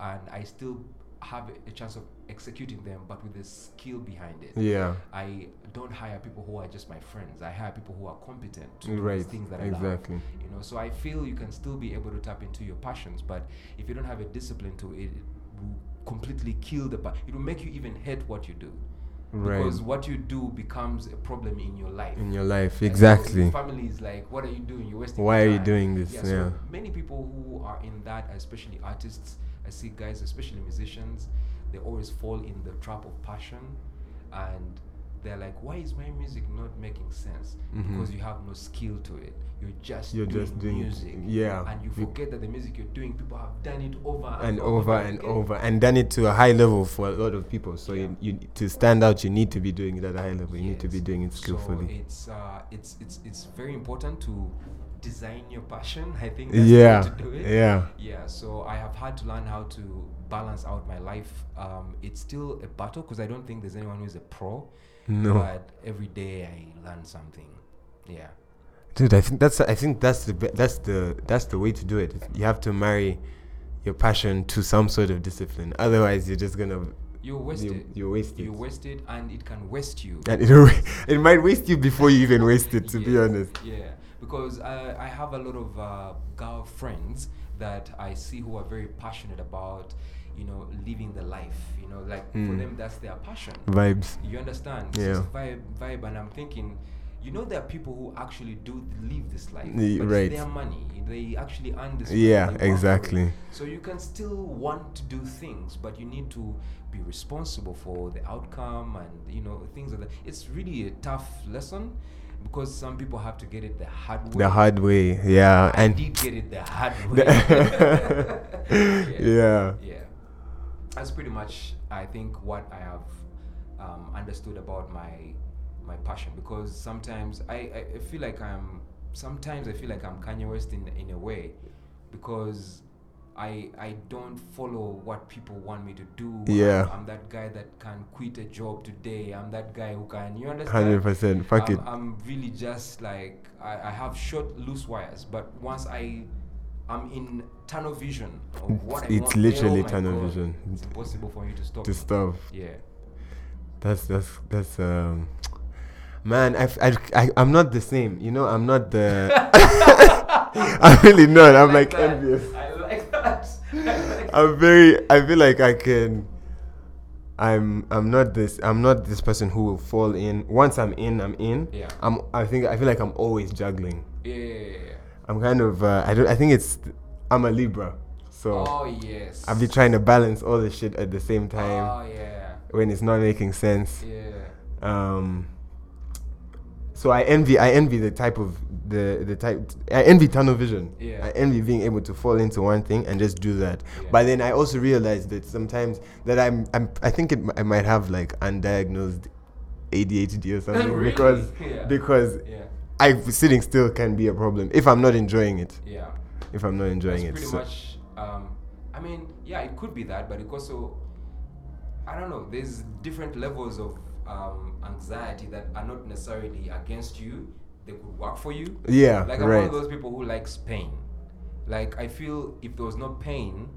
S4: and I still have a chance of executing them, but with the skill behind it.
S2: Yeah.
S4: I don't hire people who are just my friends. I hire people who are competent to do
S2: Right.
S4: these things that I love.
S2: Exactly.
S4: You know, so I feel you can still be able to tap into your passions, but if you don't have a discipline to it, it will completely kill the. Pa- it will make you even hate what you do,
S2: Right.
S4: because what you do becomes a problem in your life.
S2: In your life,
S4: And so
S2: exactly.
S4: Family is like, what are you doing? You're wasting.
S2: Why
S4: your
S2: are you
S4: time."
S2: doing this?
S4: so
S2: Yeah.
S4: many people who are in that, especially artists, I see guys, especially musicians, they always fall in the trap of passion, and they're like, why is my music not making sense? Because you have no skill to it. You're just
S2: Mm-hmm. You're
S4: doing
S2: just doing it.
S4: music.
S2: Yeah.
S4: And you
S2: You-
S4: forget that the music you're doing, people have done it over
S2: and over and
S4: again.
S2: over and done it to a high level for a lot of people so you, you to stand out you need to be doing it at a high level you need to be
S4: Yes.
S2: doing it
S4: So
S2: skillfully
S4: it's uh, it's it's it's very important to design your passion. I think. That's
S2: yeah
S4: The way to do it.
S2: yeah
S4: Yeah, so I have had to learn how to balance out my life. Um, it's still a battle because I don't think there's anyone who's a pro.
S2: No.
S4: But every day I learn something. Yeah.
S2: dude i think that's i think that's the be- that's the that's the way to do it you have to marry your passion to some sort of discipline otherwise you're just gonna
S4: You waste
S2: you,
S4: it.
S2: you waste it
S4: You waste it and it can waste you.
S2: and it'll, it might waste you before you even waste it to be
S4: Yes,
S2: honest
S4: Yeah, because I, I have a lot of uh, girl friends that I see who are very passionate about, you know, living the life. You know, like for
S2: Mm.
S4: them, that's their passion.
S2: vibes
S4: You understand?
S2: Yeah.
S4: It's just vibe, vibe, and I'm thinking, you know, there are people who actually do live this life.
S2: Ye-
S4: but
S2: right.
S4: It's their money. They actually earn this. money,
S2: yeah
S4: they work for it.
S2: exactly
S4: So you can still want to do things, but you need to be responsible for the outcome and you know things like that. It's really a tough lesson, because some people have to get it the hard way.
S2: The hard way, yeah,
S4: I
S2: and
S4: did get it the hard way. yeah.
S2: yeah,
S4: Yeah. That's pretty much, I think, what I have um, understood about my my passion. Because sometimes I, I I feel like I'm sometimes I feel like I'm Kanye West in in a way, because I I don't follow what people want me to do.
S2: Yeah.
S4: I'm, I'm that guy that can quit a job today. I'm that guy who can. You understand?
S2: hundred percent. Fuck
S4: I'm,
S2: it.
S4: I'm really just like I, I have short loose wires, but once I I'm in tunnel vision of what I
S2: It's
S4: want,
S2: literally
S4: oh my
S2: tunnel
S4: God,
S2: vision.
S4: It's impossible for you to stop.
S2: The
S4: me.
S2: stuff.
S4: Yeah,
S2: That's that's that's um, man. I, f- I I am not the same. You know, I'm not the. I'm really not. I'm like
S4: that.
S2: envious.
S4: I like that. I like that.
S2: I'm very. I feel like I can. I'm. I'm not this. I'm not this person who will fall in. Once I'm in, I'm in.
S4: Yeah.
S2: I'm. I think. I feel like I'm always juggling.
S4: Yeah, yeah, yeah.
S2: I'm kind of. Uh, I don't. I think it's. I'm a Libra, so
S4: Oh yes.
S2: I've been trying to balance all the shit at the same time
S4: Oh yeah,
S2: when it's not making sense.
S4: yeah.
S2: Um. So I envy. I envy the type of the the type. I envy tunnel vision.
S4: Yeah.
S2: I envy being able to fall into one thing and just do that.
S4: Yeah.
S2: But then I also realize that sometimes that I'm. I'm. I think it, m- I might have like undiagnosed ADHD or something
S4: Really?
S2: because
S4: Yeah.
S2: because
S4: Yeah,
S2: I sitting still can be a problem if I'm not enjoying it.
S4: yeah.
S2: If I'm not enjoying
S4: That's
S2: it.
S4: pretty
S2: So-
S4: much. Um, I mean, yeah, it could be that, but it also, I don't know. There's different levels of um, anxiety that are not necessarily against you. They could work for you.
S2: yeah.
S4: Like I'm one
S2: right.
S4: of those people who likes pain. Like I feel if there was no pain,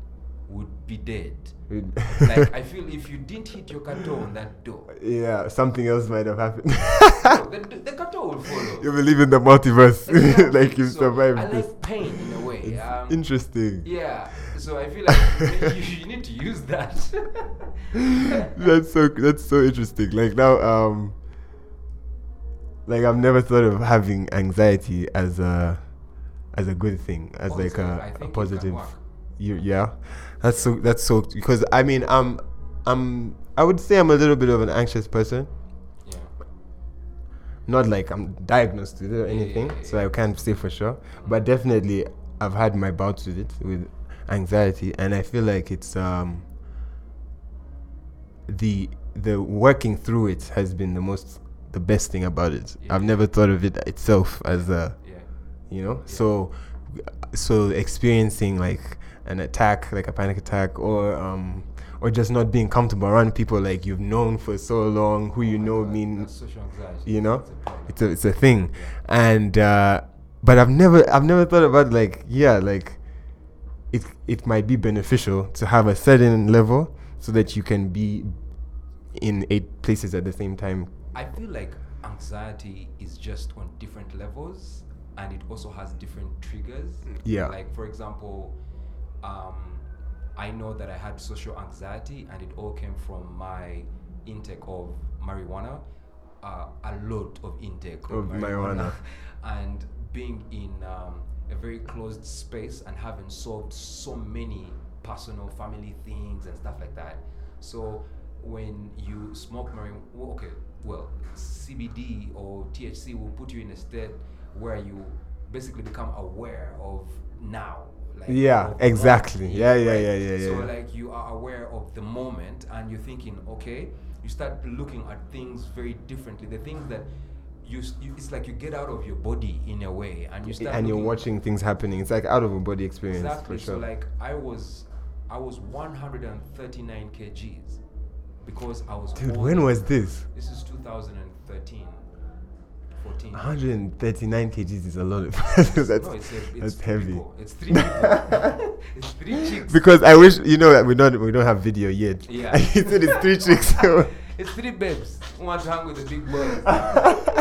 S4: would be dead. Like I feel if you didn't hit your carton on that door,
S2: yeah. Something else might have happened.
S4: no, the, the carton will follow.
S2: you believe in the multiverse,
S4: Exactly.
S2: like you've
S4: So,
S2: survived
S4: I
S2: this.
S4: like pain in a way.
S2: It's
S4: um,
S2: interesting.
S4: Yeah, so I feel like you, you need to use that.
S2: that's so that's so interesting. Like now, um, like I've never thought of having anxiety as a as a good thing, as like
S4: Honestly, I
S2: a,
S4: think
S2: a
S4: it can
S2: positive.
S4: work.
S2: You, yeah, that's so that's so because I mean I'm I'm I would say I'm a little bit of an anxious person.
S4: yeah,
S2: Not like I'm diagnosed with it or
S4: yeah,
S2: anything,
S4: yeah,
S2: so I can't say for sure. But definitely, I've had my bouts with it with anxiety, and I feel like it's um the the working through it has been the most the best thing about it. I've
S4: Yeah.
S2: never thought of it itself as a
S4: yeah,
S2: you know so so experiencing like an attack like a panic attack or um or just not being comfortable around people like you've known for so long who you
S4: Oh my
S2: know
S4: God,
S2: mean
S4: that's social anxiety.
S2: you know
S4: It's a problem.
S2: it's a it's a thing and uh but i've never i've never thought about like yeah like it it might be beneficial to have a certain level so that you can be in eight places at the same time
S4: I feel like anxiety is just on different levels and it also has different triggers.
S2: Yeah.
S4: Like, for example, um, I know that I had social anxiety and it all came from my intake of marijuana, uh, a lot of intake of,
S2: Of marijuana.
S4: and being in um, a very closed space and having solved so many personal family things and stuff like that. So when you smoke marijuana, okay, well, CBD or THC will put you in a state where you basically become aware of now. Like
S2: Yeah,
S4: of
S2: exactly.
S4: moment,
S2: Yeah, yeah, yeah, yeah, yeah,
S4: So
S2: yeah.
S4: like you are aware of the moment and you're thinking, okay, you start looking at things very differently. The things that you, s- you it's like you get out of your body in a way and you start
S2: and you're
S4: looking-
S2: watching things happening it's like out of a body experience
S4: Exactly.
S2: for sure
S4: So like I was I was 139 kgs because I was
S2: dude
S4: old.
S2: when was this
S4: this is 2013 14
S2: 139 kgs is a lot of that's,
S4: no, it's, a, it's
S2: that's
S4: three
S2: heavy
S4: people. It's three people. it's three chicks.
S2: because I wish you know we don't we don't have video yet.
S4: Yeah.
S2: I said it's three chicks. So
S4: it's three babes who want to hang with the big boys.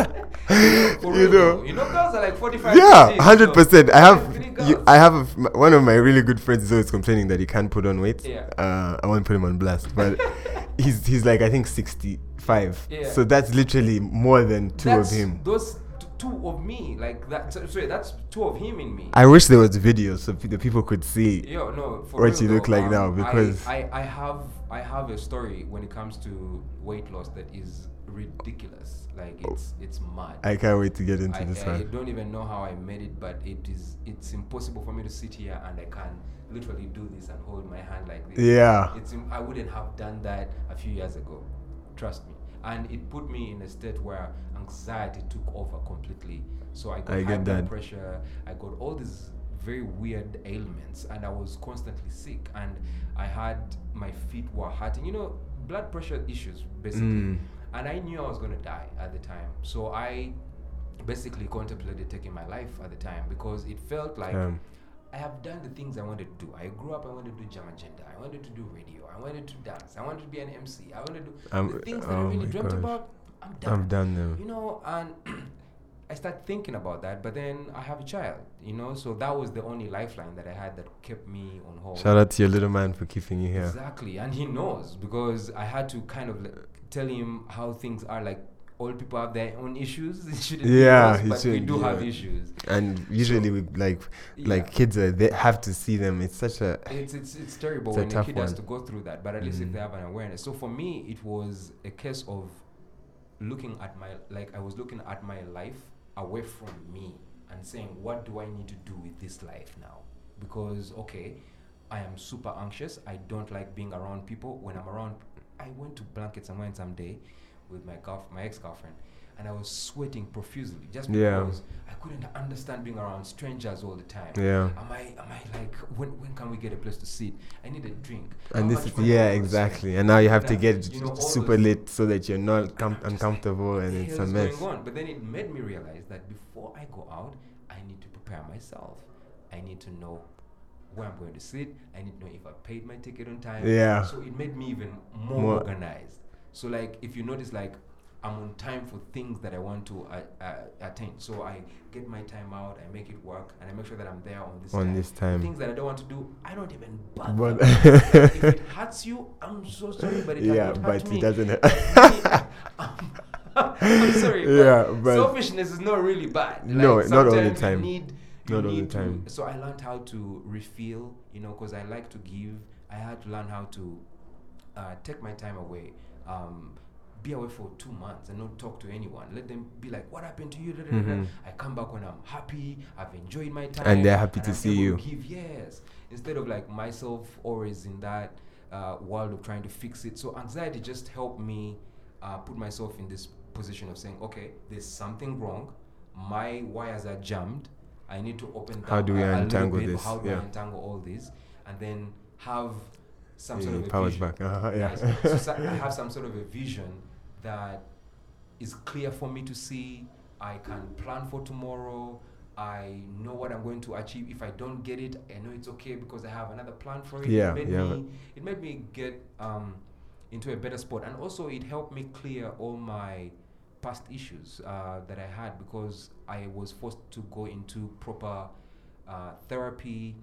S4: For
S2: you
S4: real,
S2: know.
S4: you know, girls are like 45.
S2: Yeah,
S4: 50,
S2: hundred percent. I
S4: so
S2: have
S4: three
S2: you,
S4: girls.
S2: I have a f- m- one of my really good friends is always complaining that he can't put on weight.
S4: Yeah.
S2: Uh, I won't put him on blast, but he's he's like I think sixty five.
S4: Yeah.
S2: So that's literally more than two
S4: that's
S2: of him.
S4: Those t- two of me, like that. so- Sorry, that's two of him in me.
S2: I wish there was video so pe- the people could see.
S4: Yo, no. For
S2: What
S4: real
S2: you look
S4: though,
S2: like
S4: um,
S2: now,
S4: I-
S2: because-
S4: I, I, have I have a story when it comes to weight loss that is ridiculous. Like it's it's mad.
S2: I can't wait to get into
S4: I,
S2: this
S4: I
S2: one.
S4: don't even know how I made it, but it is it's impossible for me to sit here and I can literally do this and hold my hand like this.
S2: Yeah.
S4: It's im- I wouldn't have done that a few years ago. Trust me. And it put me in a state where anxiety took over completely. So I got
S2: I
S4: high
S2: get
S4: blood
S2: that.
S4: pressure. I got all these very weird ailments, and I was constantly sick. And I had my feet were hurting. You know, blood pressure issues basically.
S2: Mm.
S4: And I knew I was gonna die at the time. So I basically contemplated taking my life at the time because it felt like
S2: Damn.
S4: I have done the things I wanted to do. I grew up. I wanted to do jam agenda. I wanted to do radio. I wanted to dance. I wanted to be an MC. I wanted to do
S2: I'm-
S4: the things that I
S2: oh
S4: really
S2: my
S4: dreamt
S2: gosh.
S4: about. I'm done.
S2: I'm done now.
S4: You know, and I start thinking about that. But then I have a child. You know, so that was the only lifeline that I had that kept me on hold.
S2: Shout out to your little man for keeping you here.
S4: Exactly, and he knows because I had to kind of like, tell him how things are. Like all people have their own issues. It shouldn't be
S2: Yeah,
S4: us,
S2: it
S4: but we
S2: shouldn't,
S4: do
S2: yeah.
S4: have issues.
S2: And usually we like
S4: Yeah.
S2: like kids are they have to see them. It's such a
S4: it's it's, it's terrible
S2: It's a
S4: when a,
S2: tough
S4: kid has
S2: one. Mm.
S4: to go through that but at least if they have an awareness so for me it was a case of looking at my like i was looking at my life away from me and saying what do i need to do with this life now because okay i am super anxious i don't like being around people when i'm around i went to blanket somewhere someday with my girl my ex-girlfriend and i was sweating profusely just
S2: Yeah.
S4: because i couldn't understand being around strangers all the time
S2: Yeah.
S4: Am I am I like when when can we get a place to sit? I need a drink. How
S2: and this
S4: much
S2: is
S4: money
S2: yeah
S4: will it
S2: exactly. And now you have to
S4: Yeah,
S2: get
S4: you know, all
S2: super
S4: those-
S2: lit so that you're not com-
S4: I'm just like,
S2: uncomfortable and
S4: cost?
S2: it's
S4: What
S2: a
S4: the hell is
S2: mess.
S4: going on? But then it made me realize that before I go out, I need to prepare myself. I need to know where I'm going to sit. I need to know if I paid my ticket on time.
S2: Yeah.
S4: So it made me even more,
S2: More-
S4: organized. So like if you notice like I'm on time for things that I want to uh, uh, attain. So I get my time out, I make it work, and I make sure that I'm there on this
S2: On
S4: time.
S2: this time.
S4: Things that I don't want to do, I don't even bother.
S2: But
S4: if it hurts you, I'm so sorry, but it
S2: yeah,
S4: doesn't hurt
S2: but
S4: me.
S2: it doesn't.
S4: I'm sorry. but
S2: Yeah, but-
S4: selfishness is not really bad.
S2: No,
S4: Like,
S2: not all the
S4: sometimes you
S2: time.
S4: Need, you
S2: Not all the
S4: need to-
S2: time.
S4: so I learned how to refill, you know, because I like to give. I had to learn how to uh, take my time away. Um, be away for two months and not talk to anyone. Let them be like, "What happened to you?" Da, da, da, da.
S2: Mhm.
S4: I come back when I'm happy. I've enjoyed my time,
S2: And they're happy to
S4: I'm
S2: see
S4: able
S2: you.
S4: Give yes, instead of like myself always in that uh, world of trying to fix it. So anxiety just helped me uh, put myself in this position of saying, okay, there's something wrong. My wires are jammed. I need to open.
S2: How
S4: them
S2: do we
S4: a- a little
S2: untangle
S4: bit.
S2: this?
S4: How do
S2: Yeah.
S4: I untangle all this? And then have some sort
S2: Yeah,
S4: of a
S2: powers
S4: vision.
S2: back. Uh-huh, yeah.
S4: Yes. So so- I have some sort of a vision that is clear for me to see. I can plan for tomorrow. I know what I'm going to achieve. If I don't get it, I know it's okay because I have another plan for it.
S2: Yeah,
S4: it made
S2: yeah.
S4: me it made me get um, into a better spot, and also it helped me clear all my past issues uh, that I had because I was forced to go into proper uh, therapy.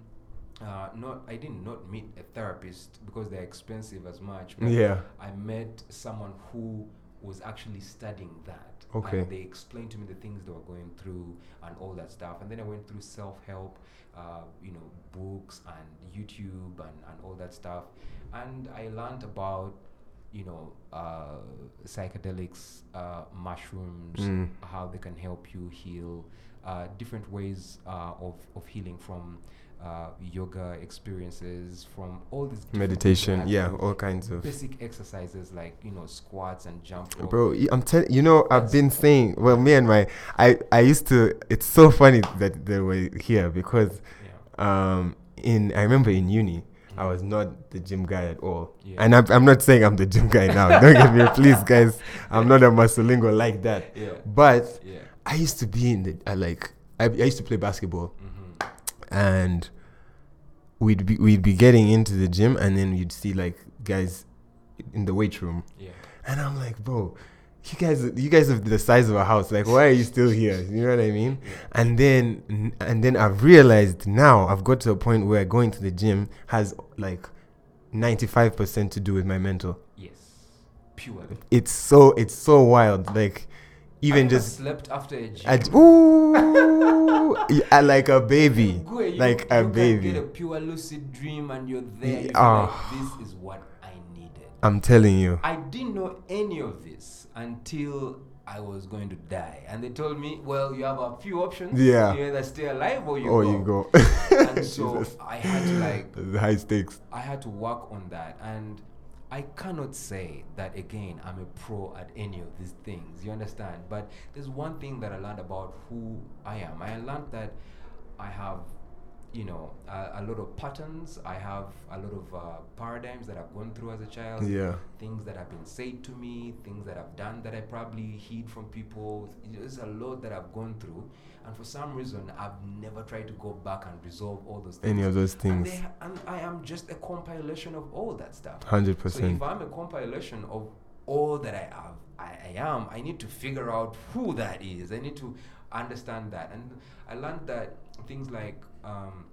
S4: Uh, not I did not meet a therapist because they're expensive as much. but
S2: yeah.
S4: I met someone who was actually studying that.
S2: Okay.
S4: And they explained to me the things they were going through and all that stuff. And then I went through self help, uh, you know, books and YouTube and, and all that stuff. And I learned about, you know, uh, psychedelics, uh, mushrooms,
S2: Mm.
S4: how they can help you heal, uh, different ways uh, of, of healing from uh, yoga experiences, from all these different things that
S2: Meditation.
S4: have
S2: Yeah,
S4: helped
S2: all kinds of.
S4: basic exercises like you know squats and jump rope.
S2: Bro, y- I'm telling you know I've been saying well me and my I I used to it's so funny that they were here because
S4: yeah
S2: um in I remember in uni I was not the gym guy at all
S4: Yeah.
S2: and I'm, I'm not saying I'm the gym guy now don't get me please guys I'm not a musculingo like that
S4: Yeah.
S2: but
S4: yeah
S2: I used to be in the I like I, I used to play basketball
S4: mm-hmm.
S2: and we'd be we'd be getting into the gym and then you'd see like guys in the weight room
S4: yeah
S2: and I'm like, bro, you guys, you guys are the size of a house. Like, why are you still here? You know what I mean? And then, and then I've realized now I've got to a point where going to the gym has like 95% to do with my mental.
S4: yes purely.
S2: It's so, it's so wild. Like, even
S4: I
S2: just,
S4: slept after a gym.
S2: I, ooh, I, like a baby,
S4: Go, you-
S2: like
S4: you
S2: a
S4: can Get a
S2: baby.
S4: pure lucid dream and you're there.
S2: Ye-
S4: You're
S2: ah.
S4: like, this is what I needed.
S2: I'm telling you.
S4: I didn't know any of this until I was going to die. And they told me, well, you have a few options.
S2: Yeah.
S4: You either stay alive or you
S2: Oh,
S4: go.
S2: you go.
S4: and so
S2: Jesus.
S4: I had to like
S2: high stakes.
S4: I had to work on that and I cannot say that again I'm a pro at any of these things. You understand? But there's one thing that I learned about who I am. I learned that I have you know a, a lot of patterns i have a lot of uh, paradigms that i've gone through as a child
S2: Yeah.
S4: things that have been said to me, things that I've done that I probably hid from people. There's a lot that I've gone through, and for some reason, I've never tried to go back and resolve all those things.
S2: Any of those
S4: And
S2: things.
S4: they ha- And, I am just a compilation of all that stuff.
S2: 100%.
S4: So if I'm a compilation of all that I have, I, I am, I need to figure out who that is. I need to understand that. And I learned that things like um,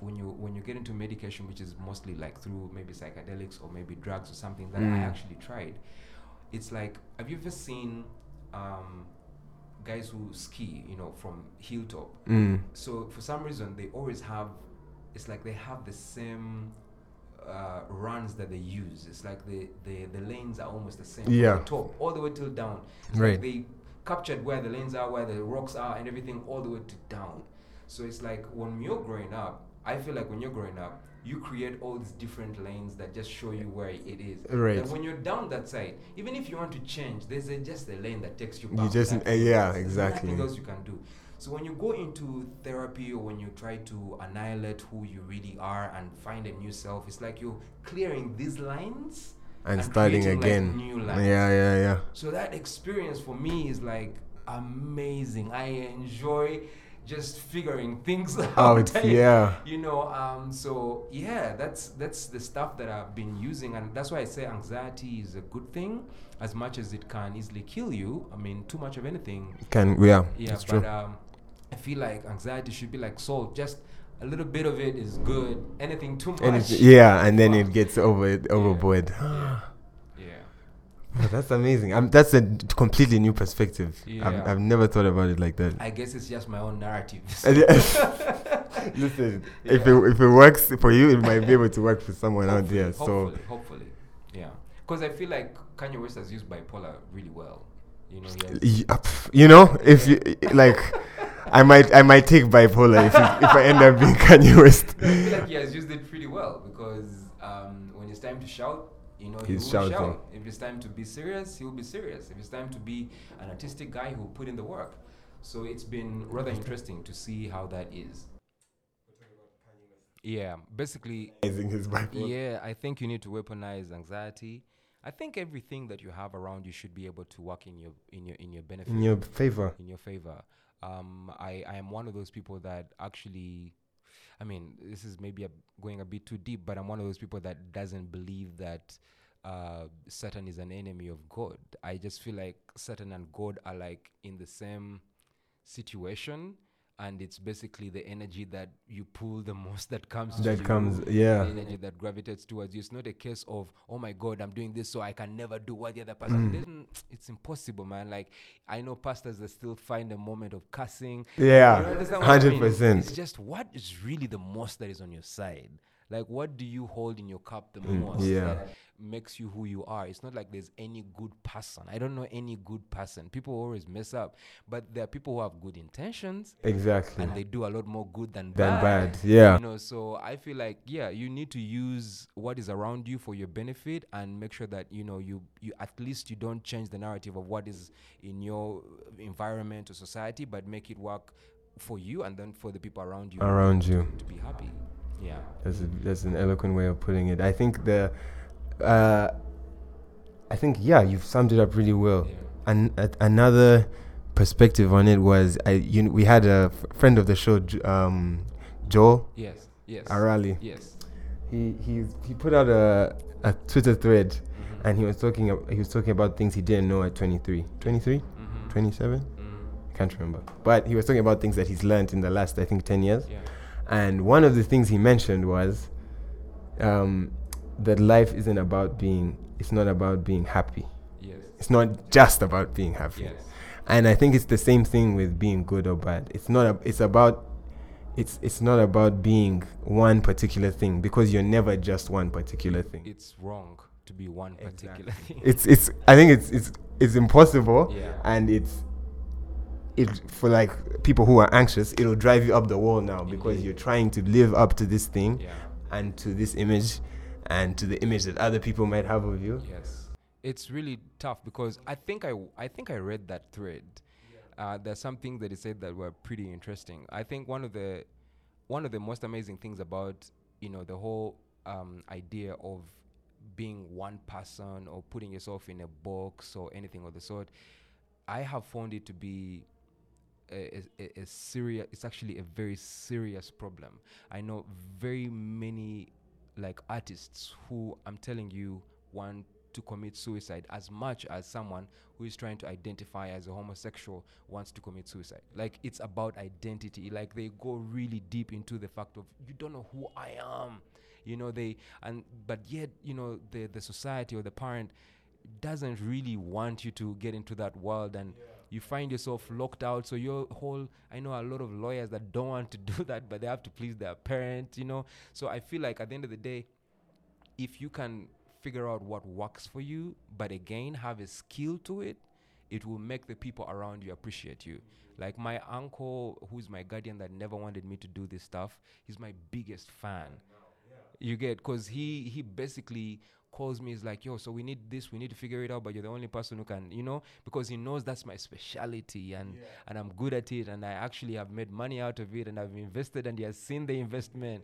S4: when you when you get into medication, which is mostly like through maybe psychedelics or maybe drugs or something that I actually tried, it's like have you ever seen um, guys who ski, you know, from hilltop?
S2: Mm.
S4: So for some reason, they always have. It's like they have the same uh, runs that they use. It's like the the, the lanes are almost the same. from
S2: Yeah.
S4: The top all the way till down. It's like
S2: Right.
S4: they captured where the lanes are, where the rocks are, and everything all the way to down. So it's like when you're growing up, I feel like when you're growing up, you create all these different lanes that just show you where it is.
S2: Right.
S4: That when you're down that side, even if you want to change, there's a, just a lane that takes you
S2: You
S4: back.
S2: just-
S4: that
S2: eh,
S4: way.
S2: yeah,
S4: There's
S2: exactly.
S4: nothing else you can do. So when you go into therapy or when you try to annihilate who you really are and find a new self, it's like you're clearing these lines
S2: And starting
S4: creating, like,
S2: again.
S4: new
S2: yeah,
S4: lines.
S2: yeah, yeah.
S4: So that experience for me is like amazing. I enjoy just figuring things out.
S2: Out,
S4: I-
S2: Oh, yeah.
S4: You know, um, so yeah, that's that's the stuff that I've been using, and that's why I say anxiety is a good thing, as much as it can easily kill you. I mean, too much of anything
S2: Can yeah,
S4: yeah,
S2: it's
S4: but
S2: true.
S4: um, I feel like anxiety should be like salt. Just a little bit of it is good. Anything too much.
S2: Anything- yeah, and then it gets over overboard.
S4: Yeah.
S2: Oh, that's amazing. Um that's a d- completely new perspective. I've,
S4: Yeah.
S2: I've never thought about it like that.
S4: I guess it's just my own narrative.
S2: And yeah, Listen, if, it, if it works for you, it might be able to work for someone out there. So,
S4: Hopefully, hopefully, yeah. Because I feel like Kanye West has used bipolar really well. You know, he has,
S2: y- uh, pff, you know, if you like, I might I might take bipolar if, it- if I end up being Kanye West.
S4: I feel like he has used it pretty well because um, when it's time to shout, you know, he
S2: He's
S4: will
S2: shouting.
S4: shout. If it's time to be serious, he will be serious. If it's time to be an artistic guy, he will put in the work. So it's been rather interesting to see how that is. Yeah, basically,
S2: Using his bipolar.
S4: Yeah, I think you need to weaponize anxiety. I think everything that you have around you should be able to work in your in your in your benefit
S2: In your favor.
S4: in your favor. Um, I I am one of those people that actually, I mean, this is maybe a, going a bit too deep, but I'm one of those people that doesn't believe that uh, Satan is an enemy of God. I just feel like Satan and God are like in the same situation. And it's basically the energy that you pull the most that comes to
S2: That
S4: you
S2: comes- yeah.
S4: the energy that gravitates towards you. It's not a case of, oh my God, I'm doing this so I can never do what the other person did. Mm, It's impossible, man. Like, I know pastors that still find a moment of cussing.
S2: Yeah,
S4: understand what I mean?
S2: 100%.
S4: It's just what is really the most that is on your side? Like, what do you hold in your cup the most
S2: Mm, yeah.
S4: that makes you who you are? It's not like there's any good person. I don't know any good person. People always mess up, but there are people who have good intentions
S2: Exactly.
S4: and they do a lot more good than,
S2: Than
S4: bad.
S2: bad, yeah.
S4: You know, so I feel like yeah, you need to use what is around you for your benefit and make sure that you know you you at least you don't change the narrative of what is in your environment or society, but make it work for you and then for the people around you
S2: Around you.
S4: to be happy. Yeah.
S2: That's a, that's an eloquent way of putting it. I think the, uh, I think yeah, you've summed it up really well.
S4: Yeah.
S2: And a another perspective on it was I you kn- we had a f- friend of the show, J- um, Joel
S4: Yes. Yes.
S2: Arali.
S4: Yes.
S2: He he he put out a a Twitter thread, and he was talking ab- he was talking about things he didn't know at 23, 23,
S4: Mm. Mm-hmm,
S2: 27. Can't remember, but he was talking about things that he's learned in the last, I think, ten years.
S4: Yeah.
S2: And one of the things he mentioned was um, that life isn't about being, it's not about being happy.
S4: Yes.
S2: It's not just about being happy.
S4: Yes.
S2: And I think it's the same thing with being good or bad. It's not, a, it's about, it's, it's not about being one particular thing because you're never just one particular thing.
S4: It's wrong to be one particular thing.
S2: It's, it's, I think it's, it's is impossible
S4: Yeah.
S2: and it's it for like people who are anxious it'll drive you up the wall now because
S4: Indeed.
S2: you're trying to live up to this thing
S4: Yeah.
S2: and to this image and to the image that other people might have of you
S4: Yes, it's really tough because I think I I think I read that thread. Uh, there's some things that it said that were pretty interesting. I think one of the one of the most amazing things about you know the whole um, idea of being one person or putting yourself in a box or anything of the sort, I have found it to be a, a, a serious it's actually a very serious problem i know very many like artists who i'm telling you want to commit suicide as much as someone who is trying to identify as a homosexual wants to commit suicide like it's about identity like they go really deep into the fact of you don't know who i am you know they and but yet you know the the society or the parent doesn't really want you to get into that world and you find yourself locked out so your whole i know a lot of lawyers that don't want to do that but they have to please their parent you know so i feel like at the end of the day if you can figure out what works for you, but again, have a skill to it, it will make the people around you appreciate you. Like my uncle, who's my guardian that never wanted me to do this stuff, he's my biggest fan. You get because he he basically calls me is like yo so we need this we need to figure it out but you're the only person who can you know because he knows that's my specialty and and I'm good at it and I actually have made money out of it and I've invested and he has seen the investment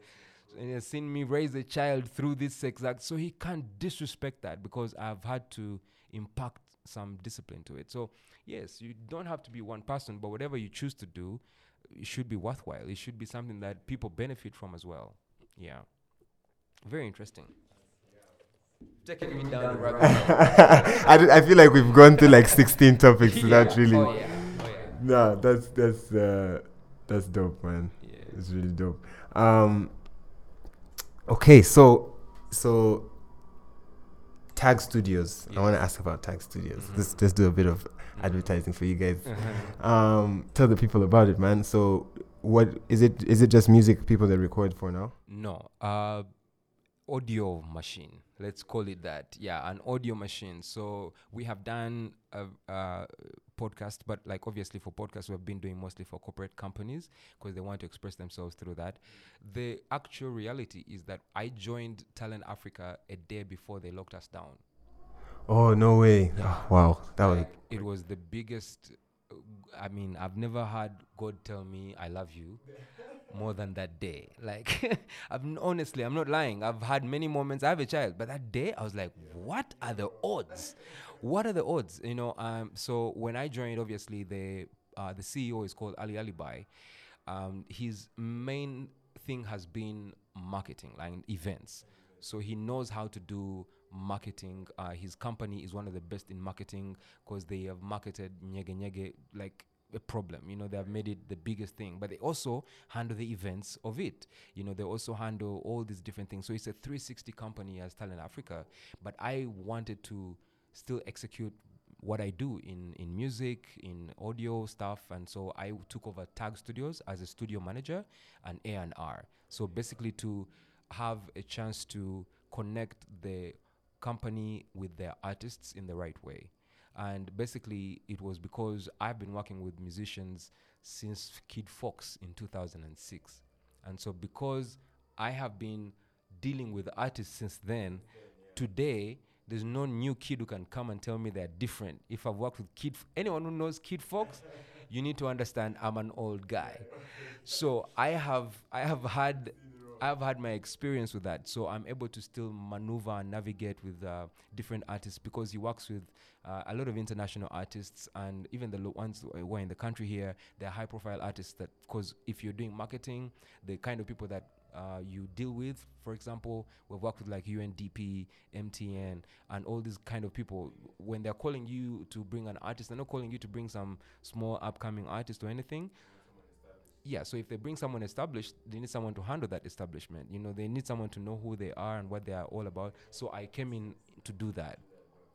S4: and he has seen me raise a child through this exact so he can't disrespect that because i've had to impact some discipline to it so yes you don't have to be one person but whatever you choose to do it should be worthwhile it should be something that people benefit from as well yeah very interesting taking me down the rabbit hole.
S2: I, d- I feel like we've gone through like 16 topics without really
S4: oh yeah oh yeah
S2: No, that's that's uh, that's dope, man.
S4: Yeah.
S2: It's really dope. Um, okay, so so Tag Studios. I want to ask about Tag Studios. Let's let's do a bit of advertising for you guys. Um, tell the people about it, man. So what is it? Is it just music people that record for now?
S4: No, uh, audio machine. Let's call it that. Yeah, an audio machine. So we have done a, a podcast, but like obviously for podcasts, we've been doing mostly for corporate companies because they want to express themselves through that. The actual reality is that I joined Talent Africa a day before they locked us down.
S2: Oh no way! Ah, wow, that was
S4: Like, it was the biggest. uh, I mean, I've never had God tell me I love you more than that day. Like, I've n- honestly, I'm not lying. I've had many moments. I have a child, but that day I was like, what are the odds? What are the odds? You know. Um. So when I joined, obviously the uh, the CEO is called Ali Alibai. Um. His main thing has been marketing, like events. So he knows how to do marketing. Uh, his company is one of the best in marketing because they have marketed Nyege Nyege like a problem. You know, they have made it the biggest thing, but they also handle the events of it. You know, they also handle all these different things. So it's a 360 company as Talent Africa. But I wanted to still execute what I do in, in music, in audio stuff, and so I w- took over Tag Studios as a studio manager and A and R. So basically, to have a chance to connect the company with their artists in the right way, and basically it was because I've been working with musicians since Kid Fox in 2006, and so because I have been dealing with artists since then, today there's no new kid who can come and tell me they're different. If I've worked with Kid, F- anyone who knows Kid Fox, you need to understand I'm an old guy. So I have I have had I've had my experience with that, so I'm able to still maneuver and navigate with uh, different artists because he works with uh, a lot of international artists and even the lo- ones who are in the country here. They're high-profile artists that, because if you're doing marketing, the kind of people that uh, you deal with. For example, we've worked with like UNDP, MTN, and all these kind of people. When they're calling you to bring an artist, they're not calling you to bring some small upcoming artist or anything yeah so if they bring someone established they need someone to handle that establishment you know they need someone to know who they are and what they are all about so i came in to do that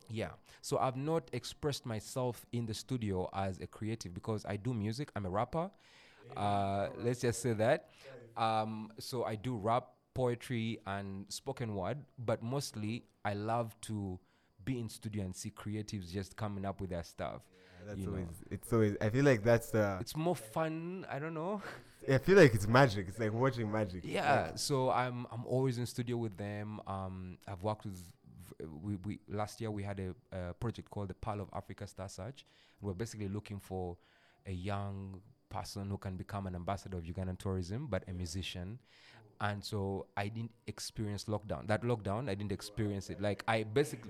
S4: yeah so i've not expressed myself in the studio as a creative because i do music i'm a rapper uh, let's just say that um, so i do rap poetry and spoken word but mostly i love to be in studio and see creatives just coming up with their stuff.
S2: That's
S4: you know.
S2: always. It's always. I feel like that's the.
S4: It's more fun. I don't know.
S2: I feel like it's magic. It's like watching magic.
S4: Yeah, so I'm I'm always in studio with them. Um, I've worked with v- we, we last year we had a, a project called the Pearl of Africa Star Search. We're basically looking for a young person who can become an ambassador of Ugandan tourism, but a musician. And so I didn't experience lockdown. That lockdown, I didn't experience it. Like I basically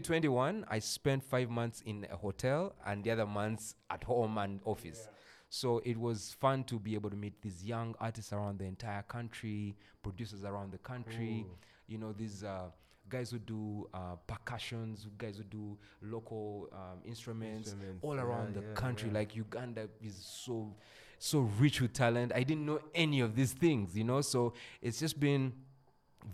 S4: 2021, I spent five months in a hotel and the other months at home and office. So it was fun to be able to meet these young artists around the entire country, producers around the country, you know, these uh, guys who do uh, percussions, guys who do local um, instruments,
S2: Instruments,
S4: all
S2: yeah,
S4: around the
S2: yeah,
S4: country. Like Uganda is so, so rich with talent. I didn't know any of these things, you know, so it's just been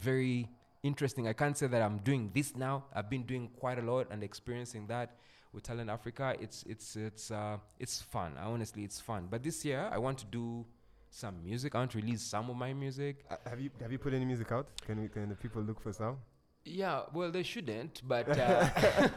S4: very interesting. I can't say that I'm doing this now. I've been doing quite a lot and experiencing that with Talent Africa. It's it's it's uh it's fun. I honestly it's fun. But this year I want to do some music. I want to release some of my music.
S2: Uh, have you Have you put any music out? Can we Can the people look for some?
S4: Yeah, well they shouldn't, but uh,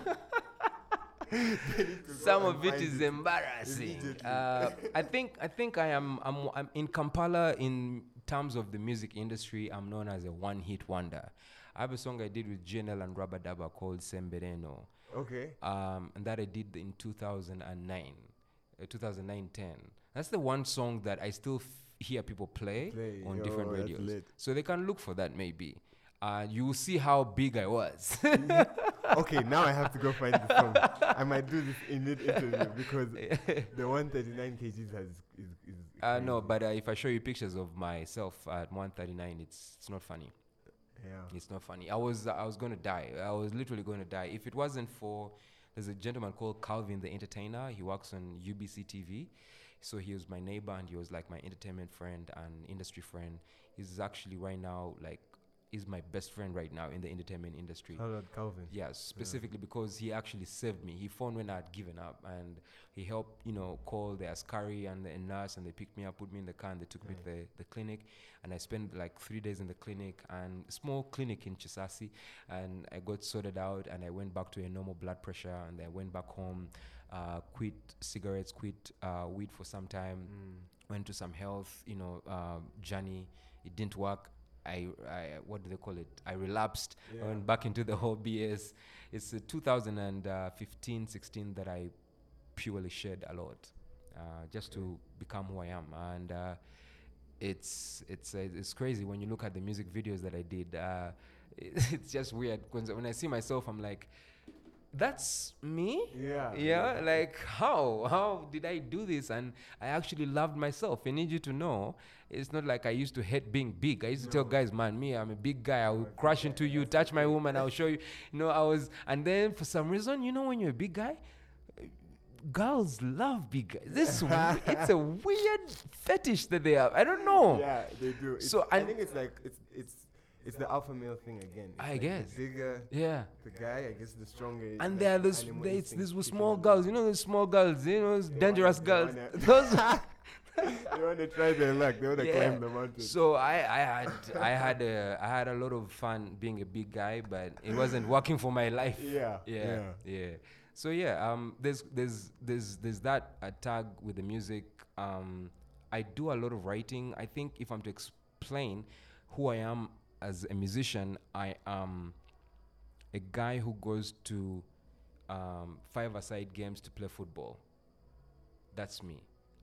S4: some of it is embarrassing.
S2: Immediately.
S4: Uh, I think I think I am I'm, I'm in Kampala in terms of the music industry. I'm known as a one-hit wonder. I have a song I did with GNL and Rabba Dabba called Sembereno.
S2: Okay.
S4: um, and that I did in 2009, uh, 2009 10. That's the one song that I still f- hear people play,
S2: Play,
S4: on
S2: yo,
S4: different
S2: that's
S4: radios.
S2: lit.
S4: So they can look for that maybe. Uh, you will see how big I was.
S2: okay, now I have to go find the song. I might do this in mid interview because the 139 kgs has is, is,
S4: uh, no, but uh, if I show you pictures of myself at 139, it's it's not funny.
S2: yeah.
S4: It's not funny. I was I was gonna die. I was literally gonna die if it wasn't for. There's a gentleman called Calvin the Entertainer. He works on UBC TV. So he was my neighbor and he was like my entertainment friend and industry friend. He's actually right now like is my best friend right now in the entertainment industry.
S2: How about Calvin?
S4: Yeah, specifically because he actually saved me. He phoned when I had given up and he helped, you know, call the Askari and the nurse and they picked me up, put me in the car and they took me to the, the clinic. And I spent like three days in the clinic and small clinic in Chisasi and I got sorted out and I went back to a normal blood pressure and I went back home, uh, quit cigarettes, quit uh, weed for some time, went to some health, you know, uh, journey. It didn't work. I, I what do they call it? I relapsed. I went back into the whole BS. It's uh, 2015, 16 that I purely shared a lot, uh, just to become who I am. And uh, it's it's uh, it's crazy when you look at the music videos that I did. Uh, it's just weird 'cause when I see myself, I'm like, that's me.
S2: Yeah.
S4: Yeah. Like how how did I do this? And I actually loved myself. I need you to know, it's not like I used to hate being big. I used to tell guys, man, me, I'm a big guy. I will crash into you, touch my woman, I'll show you. You know, I was. And then for some reason, you know, when you're a big guy. uh, Girls love big guys. This w- it's a weird fetish that they have. I don't know.
S2: Yeah, they do. It's,
S4: So
S2: I,
S4: I-
S2: think it's like it's it's it's the alpha male thing again. It's
S4: I
S2: like
S4: guess.
S2: the bigger
S4: Yeah.
S2: the guy, I guess the stronger.
S4: And there are those,
S2: animal
S4: these,
S2: instinct
S4: these were
S2: kicking
S4: small
S2: in.
S4: girls, you know, those small girls, you know, those dangerous
S2: they
S4: girls.
S2: wanna-
S4: Those,
S2: they want to try their luck. They want to
S4: yeah.
S2: climb the mountain.
S4: So I, I had, I had, a, I had a lot of fun being a big guy, but it wasn't working for my life.
S2: Yeah,
S4: yeah, yeah. So yeah, um, there's, there's, there's, there's that uh, tag with the music. Um, I do a lot of writing. I think if I'm to explain who I am as a musician, I am a guy who goes to um, five-a-side games to play football. That's me.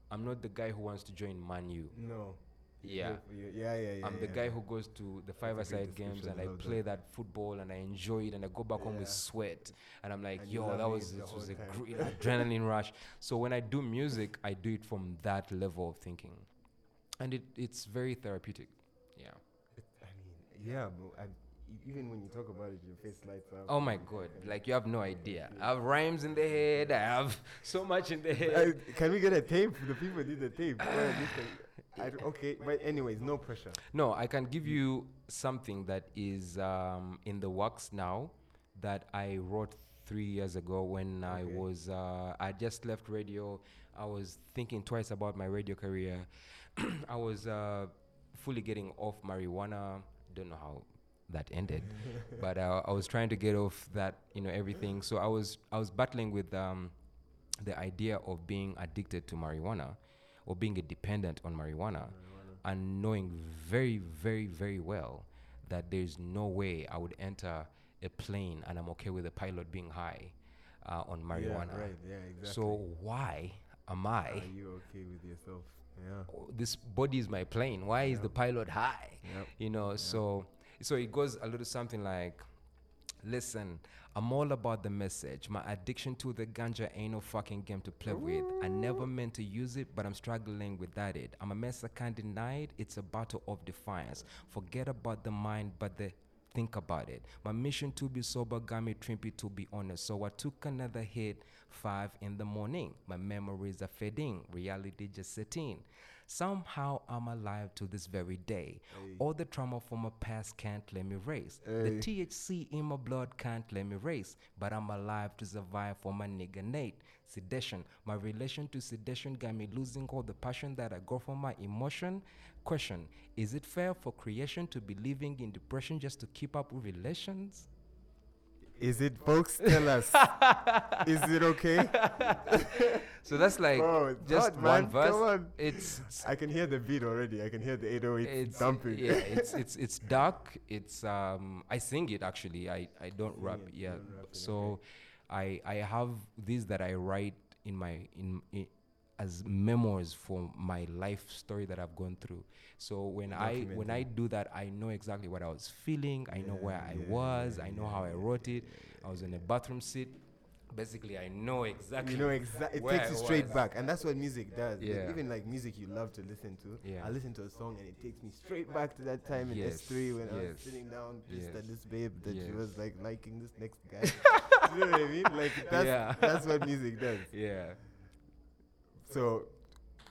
S4: I'm not the guy who wants to join Man U.
S2: no.
S4: Yeah.
S2: Yeah, yeah, yeah. yeah
S4: I'm the
S2: yeah.
S4: guy who goes to the five aside games
S2: description,
S4: and
S2: I
S4: I
S2: love
S4: play that. football and I enjoy it and I go back home with
S2: Yeah.
S4: sweat and I'm like,
S2: And you
S4: yo,
S2: love
S4: that
S2: it
S4: was
S2: the
S4: this was a
S2: whole time."
S4: great adrenaline rush. So when I do music, I do it from that level of thinking, and it, it's very therapeutic. Yeah.
S2: I mean, yeah, but I, e- even when you talk about it, your face lights up.
S4: Oh my god, like you have no idea. I have rhymes in the head. I have so much in the
S2: Uh,
S4: head.
S2: can we get a tape? The people need a tape. Well, listen, I don't- okay, but anyways, no pressure.
S4: No, I can give you something that is um, in the works now that I wrote three years ago when I
S2: Okay.
S4: was uh, I just left radio. I was thinking twice about my radio career. I was uh, fully getting off marijuana. Don't know how that ended. but uh, I was trying to get off that, you know, everything. So I was I was battling with um, the idea of being addicted to marijuana, or being a dependent on marijuana, and knowing very, very, very well that there's no way I would enter a plane and I'm okay with the pilot being high uh, on marijuana.
S2: right. Yeah, exactly.
S4: So why am I?
S2: Are you okay with yourself? Yeah.
S4: "Oh, this body is my plane. Why is the pilot high?
S2: Yep.
S4: You know, so so it goes a little something like, listen, I'm all about the message. My addiction to the ganja ain't no fucking game to play with. I never meant to use it, but I'm struggling without it. I'm a mess I can't deny it. It's a battle of defiance. Forget about the mind, but the Think about it. My mission to be sober got me trippy to be honest. So I took another hit, five in the morning. My memories are fading, reality just setting. Somehow I'm alive to this very day. All the trauma from my past can't let me race. The THC in my blood can't let me race. But I'm alive to survive for my nigga Nate. Sedation. My relation to sedation got me losing all the passion that I got from my emotion. Question Is it fair for creation to be living in depression just to keep up with relations?
S2: Is it, folks? Tell us. Is it okay?
S4: So that's like
S2: Bro, it's
S4: just
S2: hot,
S4: one
S2: man.
S4: verse.
S2: Come on.
S4: It's
S2: I can hear the beat already. I can hear the 808
S4: it's
S2: dumping.
S4: Yeah, it's it's it's dark. It's um I sing it actually. I I don't rap. yeah. so I I have these that I write in my in, in as memoirs for my life story that I've gone through. So when I when I do that, I know exactly what I was feeling. I know where I was. I know how I wrote it. I was in a bathroom seat. Basically, I know exactly.
S2: You know, exactly. It
S4: where
S2: takes
S4: I
S2: you straight
S4: was.
S2: back, and that's what music does. Like,
S4: Yeah.
S2: even like music you love to listen to.
S4: Yeah.
S2: I listen to a song, and it takes me straight back to that time in
S4: Yes,
S2: S3 when I was
S4: yes,
S2: sitting down, pissed
S4: yes,
S2: at this babe that she
S4: yes.
S2: was like liking this next guy. you know what I mean? Like that's
S4: Yeah.
S2: that's what music does.
S4: Yeah.
S2: So,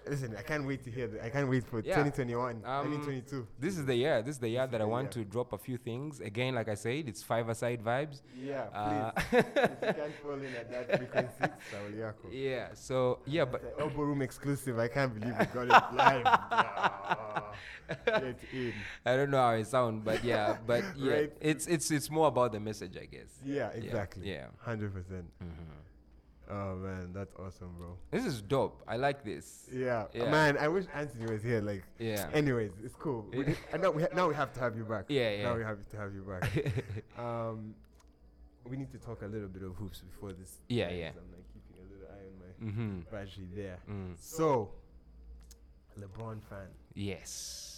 S2: listen, I can't wait to hear. The, I can't wait for
S4: Yeah.
S2: 2021,
S4: Um,
S2: 2022.
S4: This is the year. This is the year that I
S2: the
S4: want
S2: year.
S4: to drop a few things. Again, like I said, it's five aside vibes.
S2: Yeah,
S4: Uh,
S2: please. if you can't fall in at that frequency, Saul Yako.
S4: Yeah. So yeah, but
S2: The Elbow Room exclusive. I can't believe we got it live. Yeah. Get in.
S4: I don't know how I sound, but yeah, but yeah,
S2: Right.
S4: it's it's it's more about the message, I guess.
S2: Yeah, exactly.
S4: yeah. Mm-hmm.
S2: 100%. percent Oh, man, that's awesome, bro.
S4: This is dope. I like this.
S2: Yeah.
S4: Yeah.
S2: Man, I wish Anthony was here. Like,
S4: Yeah.
S2: Anyways, it's cool. We
S4: Yeah.
S2: did- and now, we ha- now we have to have you back.
S4: Yeah, yeah.
S2: Now we have to have you back. um, we need to talk a little bit of hoops before this.
S4: Yeah,
S2: ends.
S4: yeah.
S2: I'm like keeping a little eye on my
S4: Mm-hmm.
S2: battery there.
S4: Mm.
S2: So, LeBron fan.
S4: Yes.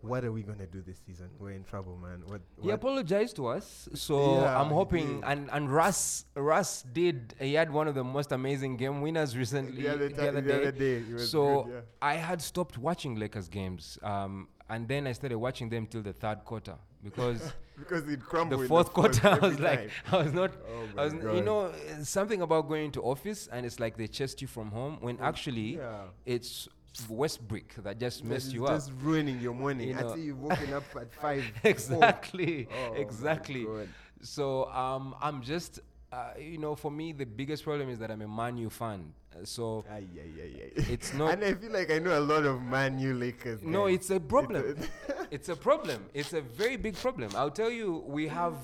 S2: What are we gonna do this season? We're in trouble, man. What?
S4: He
S2: what-
S4: apologized to us, so
S2: Yeah,
S4: I'm
S2: he
S4: hoping.
S2: did.
S4: And and Russ Russ did. He had one of the most amazing game winners recently.
S2: The other ti- the other day, he was
S4: so
S2: good, yeah.
S4: I had stopped watching Lakers games, um, and then I started watching them till the third quarter because.
S2: because it crumbled.
S4: the fourth quarter, I was like,
S2: every time.
S4: I was not,
S2: Oh
S4: I was,
S2: my
S4: you
S2: God.
S4: know, uh, something about going to office and it's like they chased you from home when actually
S2: yeah.
S4: it's Westbrook that just messed
S2: It's
S4: you up.
S2: Just ruining your morning.
S4: You know.
S2: Until you've woken up at five. four.
S4: exactly,
S2: Oh my
S4: exactly.
S2: God.
S4: So um, I'm just, uh, you know, for me the biggest problem is that I'm a Manu fan. Uh, So
S2: Ay, ay, ay, ay.
S4: It's not-
S2: And I feel like I know a lot of Man U Lakers.
S4: No,
S2: guys.
S4: it's a problem.
S2: It's a-
S4: it's a problem. It's a very big problem. I'll tell you, we have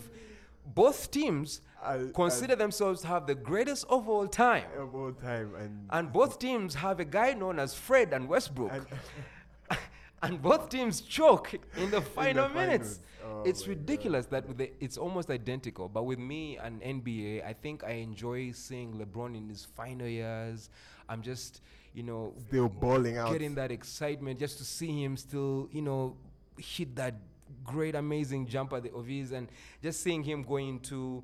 S4: both teams
S2: I'll-
S4: consider themselves to have the greatest of all time.
S2: of all time and
S4: Mm. And both teams have a guy known as Fred and Westbrook.
S2: And-
S4: and both teams choke in the final minutes.
S2: finals. Oh
S4: it's
S2: my God.
S4: ridiculous that the, it's almost identical. But with me and NBA, I think I enjoy seeing LeBron in his final years. I'm just, you know,
S2: still balling out.
S4: getting that excitement just to see him still, you know, hit that great, amazing jump at the Ovies and just seeing him go into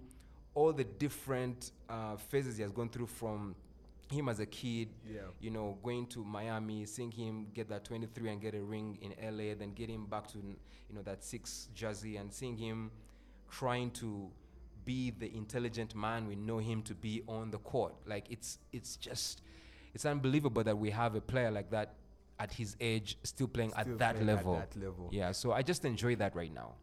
S4: all the different uh, phases he has gone through from him as a kid,
S2: Yeah.
S4: you know, going to Miami, seeing him get that 23 and get a ring in LA, then get him back to, you know, that six jersey and seeing him trying to be the intelligent man we know him to be on the court. Like it's it's just it's unbelievable that we have a player like that at his age still playing
S2: Still
S4: at that
S2: playing at
S4: level.
S2: that level.
S4: Yeah, so I just enjoy that right now.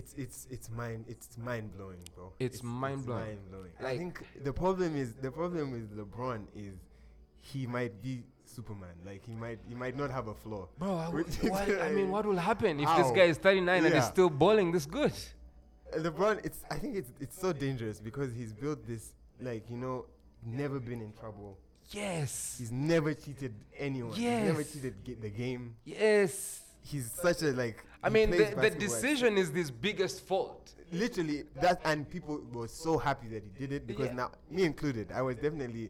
S2: it's it's it's mind it's mind blowing, bro.
S4: It's mind-blowing.
S2: mind-blowing. I
S4: Like-
S2: think the problem is the problem with LeBron is he might be Superman. Like he might he might not have a flaw.
S4: Bro, I,
S2: Which
S4: would-
S2: is
S4: what, I mean,
S2: like-
S4: what will happen if this
S2: How?
S4: guy is 39 and is
S2: Yeah.
S4: still bowling this good?
S2: LeBron, it's I think it's it's so dangerous because he's built this like you know never been in trouble.
S4: Yes.
S2: He's never cheated anyone. He's never
S4: Yes.
S2: cheated ga- the game.
S4: Yes.
S2: He's such a like.
S4: I
S2: he
S4: mean,
S2: plays
S4: the, the
S2: basketball.
S4: decision is his biggest fault.
S2: Literally that, and people were so happy that he did it because
S4: Yeah.
S2: now me included, I was definitely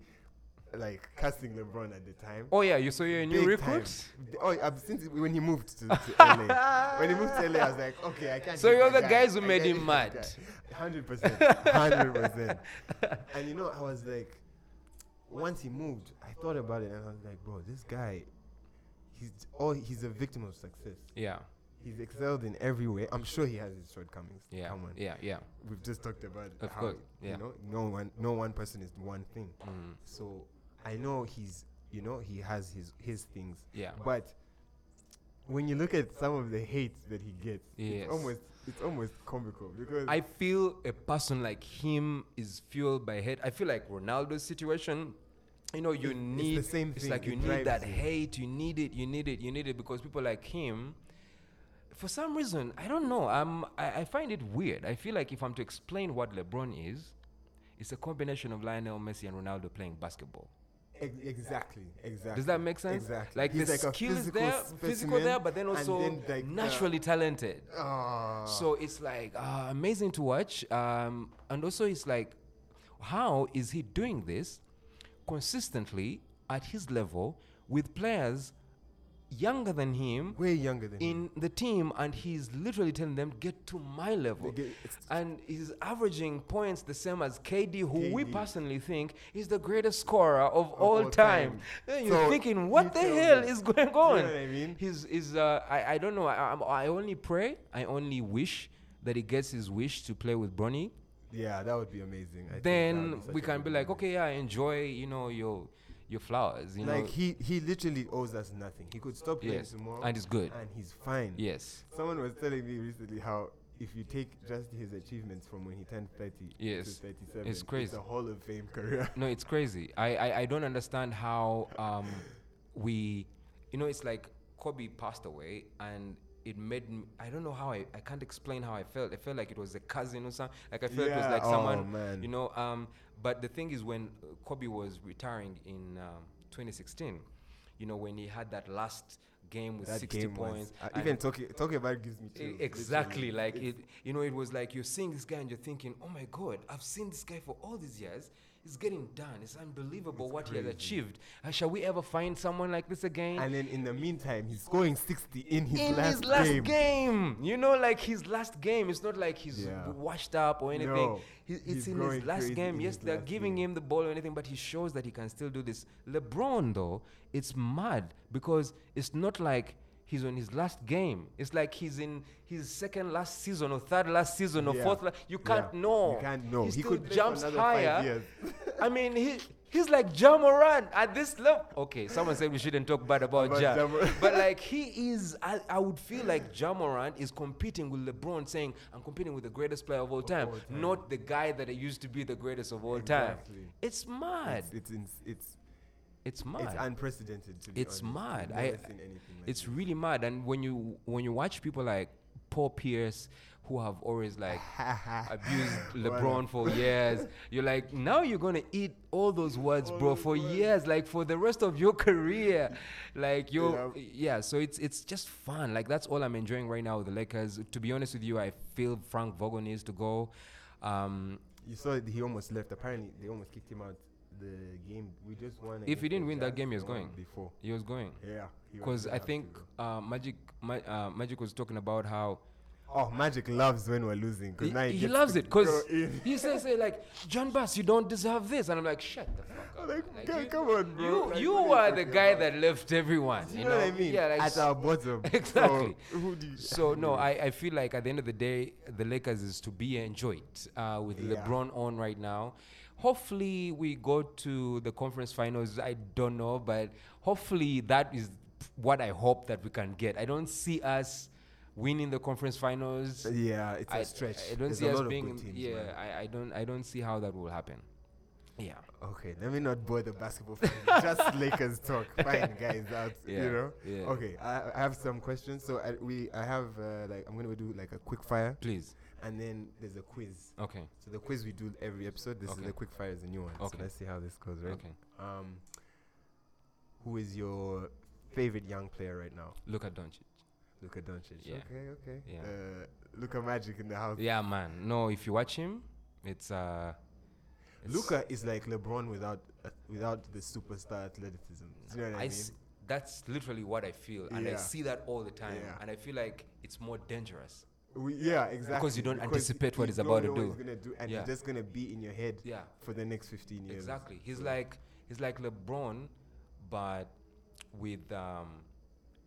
S2: like casting LeBron at the time.
S4: Oh, yeah, you saw your new
S2: Big
S4: recruit?
S2: time. Oh, I've since when he moved to, to LA. When he moved to LA, I was like, okay, I can't.
S4: So
S2: date
S4: you're
S2: that
S4: the
S2: guy.
S4: guys who
S2: I
S4: made
S2: can't
S4: him
S2: date
S4: mad.
S2: that guy. Hundred percent, hundred percent. And you know, I was like, once he moved, I thought about it, and I was like, bro, this guy, he's oh, he's a victim of success.
S4: Yeah,
S2: He's excelled in every way. I'm sure he has his shortcomings.
S4: yeah,
S2: Come on.
S4: yeah, yeah.
S2: We've just talked about
S4: Of
S2: how
S4: course, yeah. Mm.
S2: you know no one no one person is one thing. So I know he's you know he has his his things.
S4: Yeah.
S2: But when you look at some of the hate that he gets,
S4: Yes.
S2: it's almost it's almost comical because
S4: I feel a person like him is fueled by hate. I feel like Ronaldo's situation, you know, you
S2: It- it's the
S4: need
S2: same
S4: it's
S2: thing.
S4: like
S2: It
S4: you need
S2: drives
S4: that
S2: you.
S4: hate, you need it, you need it, you need it because people like him for some reason, I don't know. Um, I, I find it weird. I feel like if I'm to explain what LeBron is, it's a combination of Lionel Messi and Ronaldo playing basketball.
S2: Ex- e-, exactly exactly.
S4: Does that make sense?
S2: Exactly.
S4: Like
S2: He's
S4: the
S2: a
S4: skill is
S2: physical
S4: there, physical
S2: specimen,
S4: there, but then
S2: and
S4: also
S2: then, like, uh, the-
S4: naturally talented.
S2: Ah.
S4: So it's like uh, amazing to watch. Um, and also, it's like, how is he doing this consistently at his level with players younger than him?
S2: way younger than him.
S4: in the team and he's literally telling them get to my level
S2: They get- it's-
S4: and he's averaging points the same as KD who we
S2: KD.
S4: personally think is the greatest scorer of, all,
S2: all
S4: time,
S2: time.
S4: Then you're
S2: So,
S4: thinking
S2: you
S4: what the
S2: tell
S4: hell
S2: me.
S4: is going
S2: know
S4: on
S2: what I mean?
S4: he's is uh, I, I don't know I, I'm- I only pray I only wish that he gets his wish to play with Bronny
S2: Yeah, that would be amazing. I think that would
S4: then
S2: such
S4: we
S2: a
S4: can
S2: good
S4: be like
S2: movie.
S4: okay yeah enjoy you know your your flowers you
S2: Like
S4: know
S2: he he literally owes us nothing. He could stop playing
S4: Yes,
S2: tomorrow,
S4: and he's good.
S2: and he's fine.
S4: yes
S2: Someone was telling me recently how if you take just his achievements from when he turned 30 to
S4: Yes.
S2: 37,
S4: It's crazy.
S2: a Hall of Fame career.
S4: No, it's crazy. I, I, I don't understand how um, we, you know, it's like Kobe passed away and it made me, I don't know how I, I can't explain how I felt. I felt like it was a cousin or something. Like I felt it was
S2: Yeah,
S4: like
S2: oh,
S4: someone,
S2: man.
S4: you know. Um, but the thing is, when uh, Kobe was retiring in um, 2016, you know, when he had that last game with
S2: that
S4: 60
S2: game was.
S4: points.
S2: Uh,
S4: and-
S2: even talking talking about it gives me
S4: E-
S2: chills.
S4: Exactly,
S2: literally.
S4: like
S2: It's-
S4: it, you know, it was like you're seeing this guy and you're thinking, oh my god, I've seen this guy for all these years. It's getting done. It's unbelievable what he has achieved. And shall we ever find someone like this again?
S2: And then in the meantime, he's scoring 60 in his
S4: in
S2: last
S4: his last
S2: game.
S4: game. you know, like his last game. It's not like he's
S2: Yeah.
S4: w- washed up or anything.
S2: No,
S4: He- it's
S2: he's
S4: in his
S2: going
S4: last
S2: crazy
S4: game.
S2: in
S4: Yes,
S2: his
S4: they're
S2: last
S4: giving
S2: game.
S4: him the ball or anything, but he shows that he can still do this. LeBron, though, it's mad because it's not like he's on his last game. It's like he's in his second last season or third last season or
S2: Yeah.
S4: fourth. La- you
S2: Yeah.
S4: can't know.
S2: You can't know.
S4: He,
S2: He
S4: still
S2: could play for
S4: jumps
S2: another five
S4: higher.
S2: years.
S4: I mean, he. He's like Jamoran at this level. Okay, someone said we shouldn't talk bad about,
S2: About
S4: Ja.
S2: Ja Morant.
S4: But like he is, I, I would feel like Jamorant is competing with LeBron, saying I'm competing with the greatest player of all time,
S2: all time.
S4: not the guy that I used to be the greatest of all time.
S2: Exactly.
S4: It's mad.
S2: It's
S4: It's,
S2: it's ins- it's,
S4: mad.
S2: it's unprecedented. To be
S4: It's
S2: honest.
S4: mad.
S2: I've
S4: I,
S2: never seen anything like
S4: it's
S2: this.
S4: really mad. And when you when you watch people like Paul Pierce, who have always like abused LeBron for years, you're like, now you're gonna eat all those words, bro, for years, like for the rest of your career. Like you're
S2: Yeah.
S4: yeah, so it's it's just fun. Like that's all I'm enjoying right now with the Lakers. To be honest with you, I feel Frank Vogel needs to go. Um,
S2: You saw it, he almost left. Apparently, they almost kicked him out the game. We just won.
S4: if
S2: against
S4: he didn't
S2: the
S4: win that
S2: Jazz,
S4: game, he
S2: the
S4: was
S2: one
S4: going.
S2: before.
S4: He was going.
S2: Yeah, he was
S4: Because
S2: gonna
S4: I
S2: have to
S4: think
S2: go.
S4: uh, Magic, Ma- uh, Magic was talking about how
S2: Oh, Magic loves when we're losing. 'cause
S4: he,
S2: now
S4: he
S2: gets
S4: loves
S2: to
S4: it because
S2: go in.
S4: he says, say, like, John Bass, you don't deserve this. And I'm like, shut the fuck up.
S2: Like,
S4: Like,
S2: guy,
S4: you-
S2: come on, bro.
S4: You,
S2: Like,
S4: you
S2: what
S4: are
S2: you
S4: the
S2: talking
S4: guy
S2: about?
S4: that left everyone.
S2: Do
S4: you
S2: you know, what I mean?
S4: Yeah, like,
S2: At our bottom.
S4: Exactly.
S2: So, who do you-
S4: So no, I, I feel like at the end of the day, the Lakers is to be enjoyed uh, with
S2: Yeah.
S4: LeBron on right now. Hopefully, we go to the conference finals. I don't know, but hopefully that is what I hope that we can get. I don't see us winning the conference finals.
S2: yeah, it's a
S4: I-
S2: stretch.
S4: I, don't
S2: There's
S4: see
S2: a
S4: us
S2: lot of
S4: being.
S2: good teams,
S4: yeah,
S2: man.
S4: I, I don't. I don't see how that will happen. Yeah.
S2: Okay, let me not bore the basketball. fan. Just Lakers talk. Fine, guys, out.
S4: Yeah,
S2: You know.
S4: yeah.
S2: Okay, I, I have some questions. So I, we, I have uh, like I'm gonna do like a quick fire,
S4: Please.
S2: and then there's a quiz.
S4: Okay.
S2: So the quiz we do every episode. This
S4: Okay.
S2: is the quick fire is the new one.
S4: Okay.
S2: So let's see how this goes, right?
S4: Okay.
S2: Um, who is your favorite young player right now?
S4: Look at Doncic.
S2: Luka Doncic.
S4: Yeah.
S2: Okay, okay.
S4: Yeah.
S2: Uh, Luka Magic in the house.
S4: Yeah, man. No, if you watch him, it's uh, it's-
S2: Luka is like LeBron without uh, without the superstar athleticism. Do you know what I, mean?
S4: s- that's literally what I feel, and I
S2: Yeah.
S4: see that all the time,
S2: Yeah.
S4: and I feel like it's more dangerous.
S2: We, yeah, exactly.
S4: you don't anticipate
S2: you
S4: what he's
S2: don't
S4: about to
S2: know what he's
S4: do.
S2: gonna do, and
S4: Yeah.
S2: you're just gonna be in your head
S4: Yeah.
S2: for the next 15 years.
S4: Exactly. He's like he's like LeBron, but with um,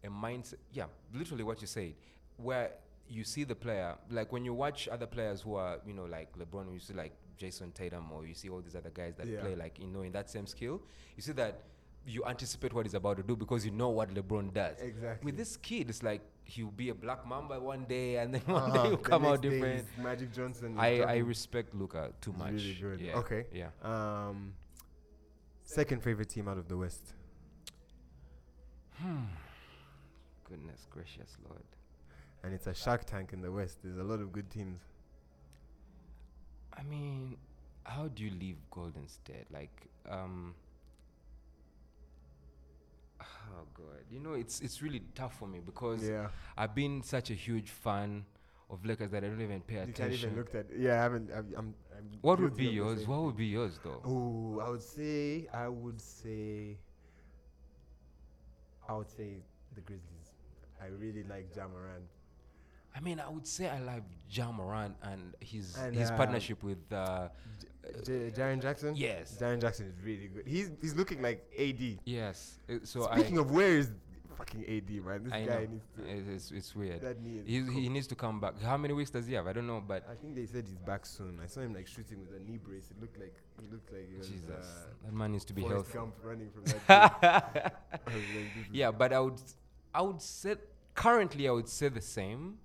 S4: a mindset. Yeah, literally what you said, where you see the player like when you watch other players who are you know like LeBron, you see like Jason Tatum, or you see all these other guys that
S2: Yeah.
S4: play like you know in that same skill. You see that you anticipate what he's about to do because you know what LeBron does.
S2: Exactly.
S4: With this kid, it's like he'll be a black mamba one day, and then one
S2: Uh-huh.
S4: day he'll
S2: The
S4: come out
S2: next day
S4: different.
S2: he's Magic Johnson.
S4: I, I
S2: he's
S4: respect Luca too much.
S2: talking really good.
S4: Yeah.
S2: Okay.
S4: Yeah.
S2: Um, second favorite team out of the West.
S4: Goodness gracious, Lord.
S2: And it's a Shark Tank in the West. There's a lot of good teams.
S4: I mean, how do you leave Golden State? Like, um, oh God, you know, it's it's really tough for me because
S2: Yeah.
S4: I've been such a huge fan of Lakers that I don't even pay
S2: You
S4: attention.
S2: can't even look at. Yeah, I haven't. I'm. I'm, I'm
S4: what would be
S2: guilty of the
S4: yours?
S2: same.
S4: What would be yours, though?
S2: Oh, I would say. I would say. I would say the Grizzlies. I really like Jamaran.
S4: I mean, I would say I like Jamoran and his
S2: And,
S4: his
S2: uh,
S4: partnership with. Uh,
S2: J- Jaren Jackson.
S4: yes.
S2: Jaren Jackson is really good. He's he's looking like AD.
S4: yes. uh, So
S2: Speaking
S4: I,
S2: of where is fucking AD man? This guy
S4: I know.
S2: needs to.
S4: It- It's, it's weird.
S2: That knee is
S4: He, he needs to come back. How many weeks does he have? I don't know, but
S2: I think they said he's back soon. I saw him like shooting with a knee brace. It looked like he looked like he was,
S4: Jesus,
S2: uh,
S4: that man needs to be
S2: Forrest
S4: healthy.
S2: Gump Mm. running from that. dude. I was like, this is-
S4: Yeah, but I would, I would say currently I would say the same.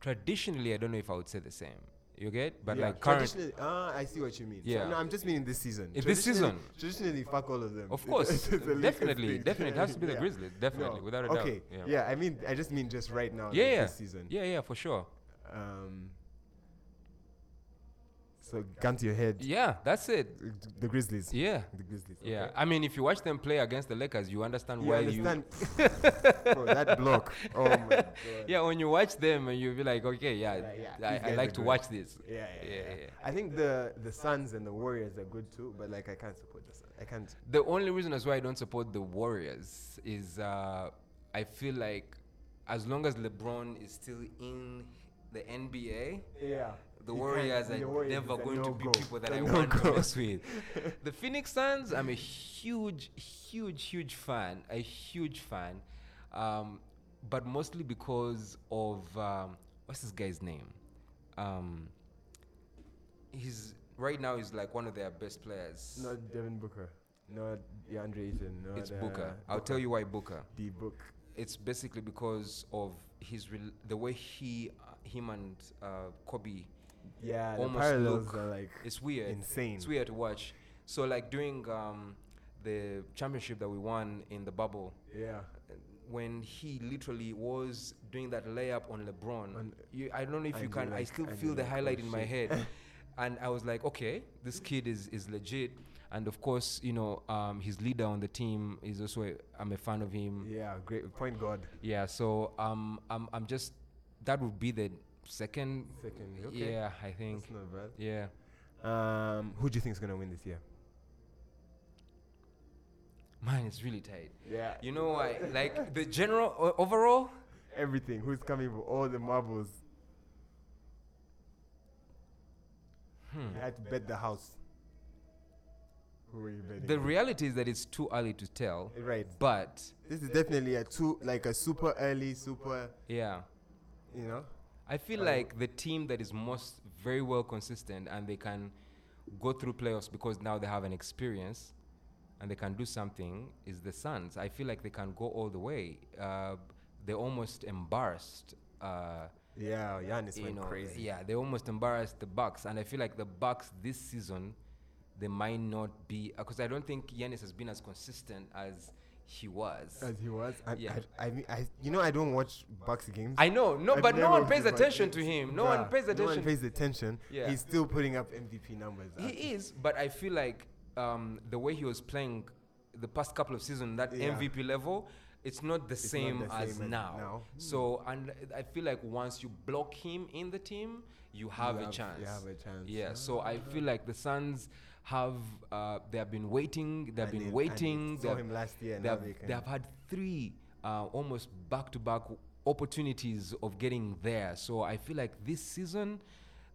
S4: Traditionally, I don't know if I would say the same. You get? But
S2: Yeah,
S4: like current,
S2: traditionally- ah, I see what you mean. So,
S4: Yeah.
S2: no, I'm just meaning this season.
S4: If this
S2: Traditionally-
S4: season-
S2: Traditionally, fuck all of them.
S4: Of course,
S2: It's a Lakers
S4: definitely,
S2: thing.
S4: definitely. It has to be the Grizzlies, definitely, without a doubt.
S2: Okay.
S4: Yeah.
S2: Yeah. I mean, I just mean just right now. like,
S4: yeah, yeah,
S2: This season.
S4: yeah, yeah, for sure.
S2: Um. So gun to your head.
S4: Yeah, that's it.
S2: The Grizzlies.
S4: Yeah,
S2: The Grizzlies.
S4: yeah.
S2: okay.
S4: I mean, if you watch them play against the Lakers, you understand
S2: You
S4: why
S2: understand? Bro, that block. Oh my god.
S4: you. Yeah, when you watch them, and you'll be like, okay, yeah,
S2: yeah,
S4: I,
S2: these
S4: I
S2: guys
S4: like
S2: are
S4: to
S2: good.
S4: watch this.
S2: Yeah, yeah, yeah,
S4: yeah.
S2: yeah. I think the the Suns and the Warriors are good too, but like I can't support the Suns. I can't.
S4: The only reason as why I don't support the Warriors is uh, I feel like as long as LeBron is still in the NBA,
S2: Yeah.
S4: the Warriors are never going to be people that I want to mess with. The Phoenix Suns, I'm a huge, huge, huge fan, a huge fan, um, but mostly because of um, what's this guy's name? Um, he's right now he's like one of their best players.
S2: Not Devin Booker. Not DeAndre Ayton. Not
S4: it's Booker. I'll tell you why Booker.
S2: The book.
S4: It's basically because of his rel- the way he, uh, him and uh, Kobe,
S2: Yeah, the
S4: almost
S2: parallels
S4: look.
S2: are like
S4: it's weird.
S2: insane.
S4: It's weird to watch. So like during um, the championship that we won in the bubble,
S2: Yeah.
S4: when he literally was doing that layup on LeBron,
S2: On-
S4: you, I don't know
S2: and
S4: if you
S2: you're
S4: can. I
S2: like-
S4: still
S2: and
S4: feel
S2: you're
S4: the
S2: like,
S4: highlight
S2: "Oh,
S4: in my
S2: shit."
S4: head, and I was like, okay, this kid is is legit. And of course, you know, um, his leader on the team is also. A, I'm a fan of him.
S2: Yeah. Great point guard.
S4: Yeah, so um, I'm I'm just that would be the second.
S2: Second, okay.
S4: Yeah, I think.
S2: That's not bad.
S4: Yeah,
S2: Um, who do you think is gonna win this year?
S4: man, it's really tight.
S2: Yeah.
S4: You know, I like the general o- overall.
S2: Everything. Who's coming for all the marbles?
S4: Hmm.
S2: You had to bet the house. Who are you betting?
S4: The reality is that it's too early to tell,
S2: right.
S4: but
S2: This is definitely a two, like a super early, super.
S4: yeah,
S2: You know.
S4: I feel like the team that is most very well consistent and they can go through playoffs because now they have an experience and they can do something is the Suns. I feel like they can go all the way. Uh, they're almost embarrassed. Uh,
S2: Yeah, Giannis
S4: you
S2: went
S4: know,
S2: crazy.
S4: Yeah, they almost embarrassed the Bucks, and I feel like the Bucks this season, they might not be because I don't think Yanis has been as consistent as he was.
S2: As he was, I,
S4: Yeah.
S2: I, I, mean, I, you know, I don't watch Bucks games.
S4: I know, no,
S2: I've
S4: but no
S2: never
S4: one
S2: watched
S4: pays
S2: Bucks
S4: attention to
S2: games.
S4: him. No
S2: Nah,
S4: one pays attention.
S2: No one pays attention.
S4: Yeah.
S2: He's still putting up MVP numbers.
S4: He is, but I feel like um, the way he was playing the past couple of seasons, that
S2: Yeah.
S4: MVP level, it's not the same
S2: the
S4: as
S2: same as
S4: now.
S2: now.
S4: So, and I feel like once you block him in the team, you have a
S2: have- you
S4: chance.
S2: have a chance.
S4: Yeah. So I feel like the Suns have uh, they have been waiting. They've
S2: And they-
S4: been
S2: and
S4: waiting.
S2: they saw
S4: they've-
S2: him last year, and now they
S4: They've,
S2: can-
S4: they've had three uh, almost back-to-back opportunities of getting there. So I feel like this season.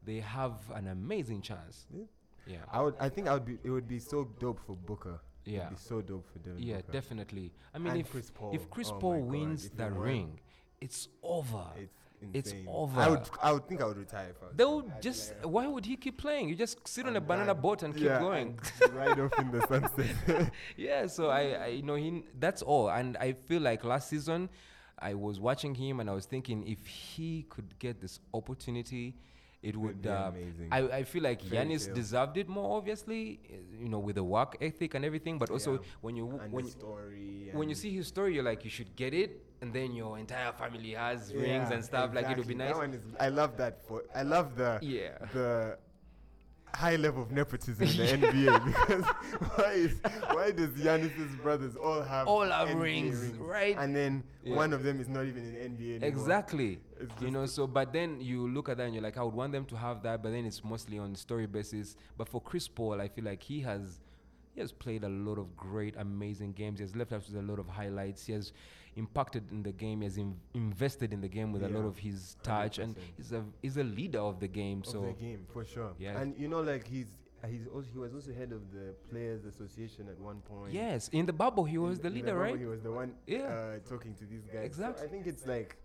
S4: They have an amazing chance. Yeah.
S2: I would. I think I would be. It would be so dope for Booker.
S4: Yeah.
S2: It'd be so dope for Devin
S4: Yeah,
S2: Booker.
S4: definitely. I mean,
S2: And
S4: if
S2: Chris Paul.
S4: if Chris
S2: Oh my
S4: Paul
S2: God,
S4: wins
S2: if he
S4: that
S2: won.
S4: ring, it's over.
S2: It's
S4: It's
S2: insane.
S4: over.
S2: I would. I would think I would retire. If I was
S4: They
S2: him.
S4: would just. Why would he keep playing? You just sit on a
S2: I'm
S4: banana
S2: done.
S4: boat and keep
S2: Yeah,
S4: going.
S2: and right off in the sunset.
S4: yeah. So I, I, you know, he. That's all. And I feel like last season, I was watching him and I was thinking if he could get this opportunity. It would.
S2: be
S4: uh,
S2: amazing.
S4: I, I feel like
S2: Fairy
S4: Yanis
S2: tale.
S4: deserved it more, obviously, eh, you know, with the work ethic and everything. But also, when you
S2: and
S4: when
S2: the story.
S4: when you
S2: and-
S4: see his story, you're like, you should get it, and then your entire family has rings
S2: Yeah,
S4: and stuff. Like it would be
S2: exactly. That
S4: nice.
S2: one is, I love that. For I love the
S4: Yeah.
S2: the high level of nepotism in the NBA because why is why does Giannis's brothers all have
S4: All have
S2: NBA
S4: rings, right?
S2: And then
S4: Yeah.
S2: one of them is not even in the NBA anymore.
S4: Exactly.
S2: It's
S4: You
S2: just-
S4: know, so but then you look at that and you're like, I would want them to have that, but then it's mostly on story basis. But for Chris Paul, I feel like he has he has played a lot of great, amazing games. He has left us with a lot of highlights. He has impacted in the game. He has in, invested in the game with a lot
S2: Yeah,
S4: of his touch, and
S2: 100%.
S4: he's a he's a leader of the game.
S2: Of
S4: so
S2: the game for sure.
S4: Yeah.
S2: And you know, like he's he's also, he was also head of the Players Association at one point.
S4: yes, in the bubble, he was
S2: In-
S4: the
S2: in
S4: leader,
S2: bubble,
S4: right?
S2: He was the one
S4: Yeah.
S2: uh, talking to these guys. So
S4: Exactly.
S2: I think it's like,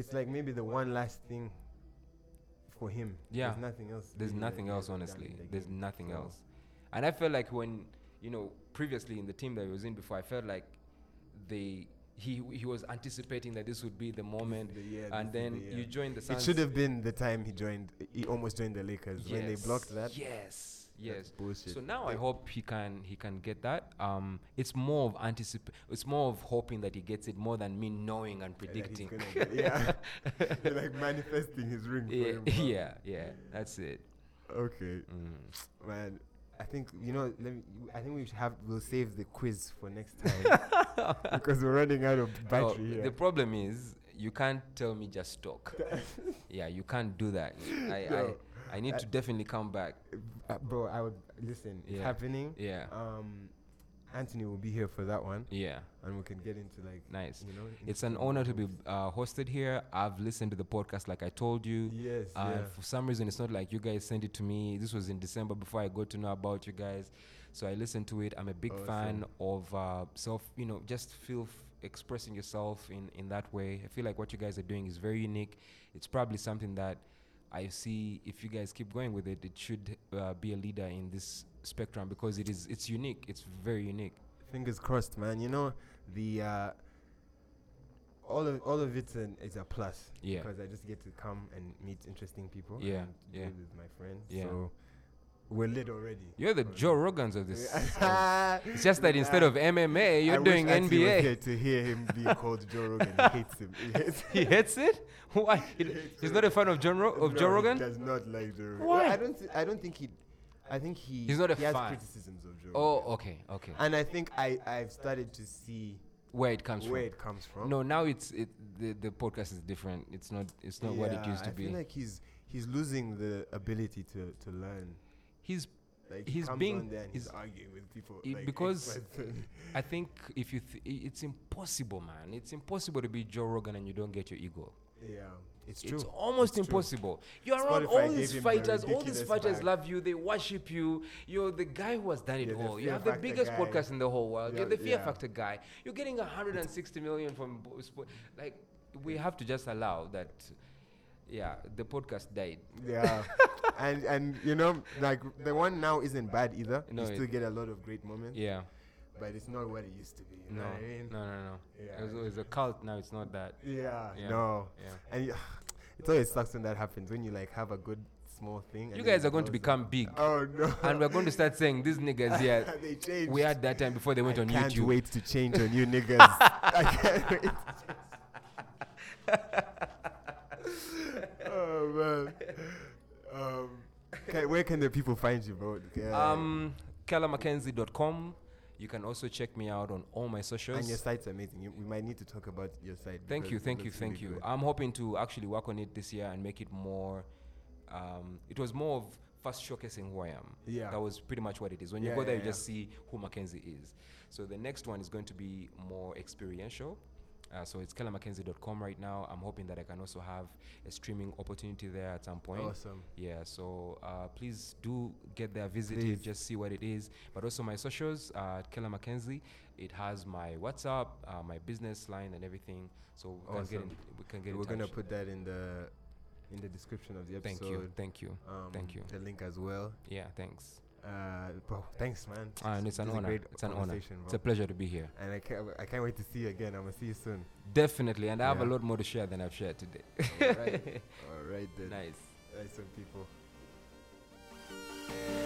S2: it's like maybe the one last thing for him.
S4: Yeah.
S2: There's nothing else.
S4: There's
S2: really that
S4: nothing
S2: he
S4: else,
S2: has done in
S4: honestly.
S2: the
S4: There's
S2: game.
S4: nothing
S2: So,
S4: else. And I felt like when, you know, previously in the team that he was in before, I felt like they he he was anticipating that this would be the moment,
S2: the year,
S4: and
S2: this is
S4: then
S2: the year.
S4: you join the
S2: It
S4: Suns.
S2: should have been the time he joined. He almost joined the Lakers when they
S4: Yes,
S2: blocked that.
S4: Yes. Yes.
S2: bullshit.
S4: So now I
S2: They-
S4: hope he can he can get that. Um, it's more of anticip- It's more of hoping that he gets it more than me knowing and
S2: and that
S4: predicting.
S2: he's gonna- yeah. They're like manifesting his ring. For
S4: yeah,
S2: him, bro.
S4: yeah, yeah. That's it.
S2: Okay.
S4: Mm.
S2: Man, I think you know. Let me. I think we should have. We'll save the quiz for next time because we're running out of
S4: Oh,
S2: battery here.
S4: the problem is you can't tell me just talk. yeah, you can't do that. I,
S2: No.
S4: I, I need to definitely come back.
S2: Uh, bro, I would listen. It's
S4: Yeah.
S2: happening.
S4: Yeah.
S2: Um, Anthony will be here for that one,
S4: Yeah.
S2: and we can get into like
S4: Nice.
S2: You know,
S4: It's an honor to be uh, hosted here. I've listened to the podcast, like I told you.
S2: Yes,
S4: Uh,
S2: yeah.
S4: For some reason, it's not like you guys sent it to me. This was in December before I got to know about you guys. So I listened to it. I'm a big fan of uh, self, you know, just feel f- expressing yourself in, in that way. I feel like what you guys are doing is very unique. It's probably something that I see if you guys keep going with it, it should uh, be a leader in this spectrum because it is it's unique. It's very unique.
S2: fingers crossed, man. You know the uh, all of all of it's an it's a plus.
S4: Yeah.
S2: Because I just get to come and meet interesting people.
S4: Yeah,
S2: and
S4: yeah.
S2: be With my friends.
S4: Yeah.
S2: So we're lit already.
S4: You're the Joe Rogans of this. It's just that instead
S2: Nah.
S4: of MMA, you're
S2: I wish
S4: doing
S2: Anthony was here
S4: NBA.
S2: to hear him being called Joe Rogan, he hates him. He hates
S4: He hates it. Why? He- he's not a fan of John Ro- of
S2: No,
S4: Joe
S2: he
S4: Rogan.
S2: does not like Joe Rogan.
S4: Why?
S2: Well, I don't. thi- I don't think he. I think he.
S4: He's not a
S2: he has
S4: fan.
S2: criticisms of Joe.
S4: Oh,
S2: Rogan.
S4: okay, okay.
S2: And I think I I've started to see
S4: Where it comes
S2: where
S4: from?
S2: it comes from.
S4: No, now it's it, the the podcast is different. It's not it's not what it
S2: Yeah,
S4: used to
S2: I
S4: be.
S2: feel like he's he's losing the ability to to learn.
S4: he's
S2: Like he
S4: he's
S2: comes
S4: being
S2: on there and he's
S4: he's-
S2: arguing with people
S4: it-
S2: like,
S4: because
S2: experts.
S4: I think if you th- i- it's impossible, man. It's impossible to be Joe Rogan and you don't get your ego.
S2: yeah, it's
S4: It's,
S2: true.
S4: almost
S2: It's true.
S4: impossible. You're around
S2: Spotify
S4: all
S2: gave
S4: these
S2: him the
S4: fighters. All these
S2: ridiculous
S4: fighters
S2: bag.
S4: love you. They worship you. You're the guy who has done it
S2: You're the
S4: all. You
S2: Fear
S4: have the
S2: Factor
S4: biggest
S2: guy.
S4: podcast in the whole world. You're,
S2: You're-
S4: the Fear
S2: yeah.
S4: Factor guy. You're getting 160 million from bo- spo- like we have to just allow that. Yeah, the podcast died.
S2: Yeah, and and you know like the one now isn't bad either.
S4: No,
S2: you still
S4: it-
S2: get a lot of great moments,
S4: Yeah,
S2: but it's not what it used to be. You know
S4: no,
S2: what I mean?
S4: no, no, no.
S2: Yeah.
S4: It, was, it was a cult. Now it's not that.
S2: Yeah,
S4: Yeah,
S2: no.
S4: yeah.
S2: And you, it always sucks when that happens when you like have a good small thing. and
S4: You
S2: then
S4: guys are going to
S2: becomes
S4: become big.
S2: a- Oh no!
S4: And we're going to start saying these niggas here.
S2: They changed.
S4: We had that time before they went on
S2: Can't
S4: YouTube.
S2: wait to change on you niggas. I can't wait. oh man. Um, can, where can the people find you, bro? Yeah.
S4: Um, kellermackenzie.com. You can also check me out on all my socials.
S2: and your site's amazing. You, we might need to talk about your site.
S4: Thank
S2: because
S4: you,
S2: it
S4: thank you,
S2: looks
S4: thank
S2: really
S4: you. Ah,
S2: good.
S4: I'm hoping to actually work on it this year and make it more. Um, it was more of first showcasing who I am.
S2: Yeah.
S4: That was pretty much what it is. When
S2: Yeah,
S4: you go there,
S2: yeah,
S4: you just see who Mackenzie is. So the next one is going to be more experiential. Uh, so it's kellermackenzie.com right now. I'm hoping that I can also have a streaming opportunity there at some point.
S2: Awesome.
S4: Yeah. So uh, please do get there, visit
S2: Please.
S4: it, just see what it is. But also my socials uh, at Keller Mackenzie. It has my WhatsApp, uh, my business line, and everything. So we can get in,
S2: Awesome.
S4: we can get. in
S2: We're gonna
S4: touch.
S2: put that in the in the description of the episode.
S4: Thank you, thank you,
S2: Um,
S4: thank you.
S2: The link as well.
S4: Yeah, thanks.
S2: Uh, bro, thanks, man.
S4: Ah, and it's
S2: This
S4: an
S2: is a
S4: honor.
S2: great
S4: It's an honor.
S2: conversation,
S4: It's
S2: bro.
S4: a pleasure to be here.
S2: and I can't, I can't wait to see you again. I'm gonna see you soon.
S4: Definitely, and I have a
S2: Yeah.
S4: lot more to share than I've shared today.
S2: All right, all right then.
S4: nice.
S2: Nice one, people.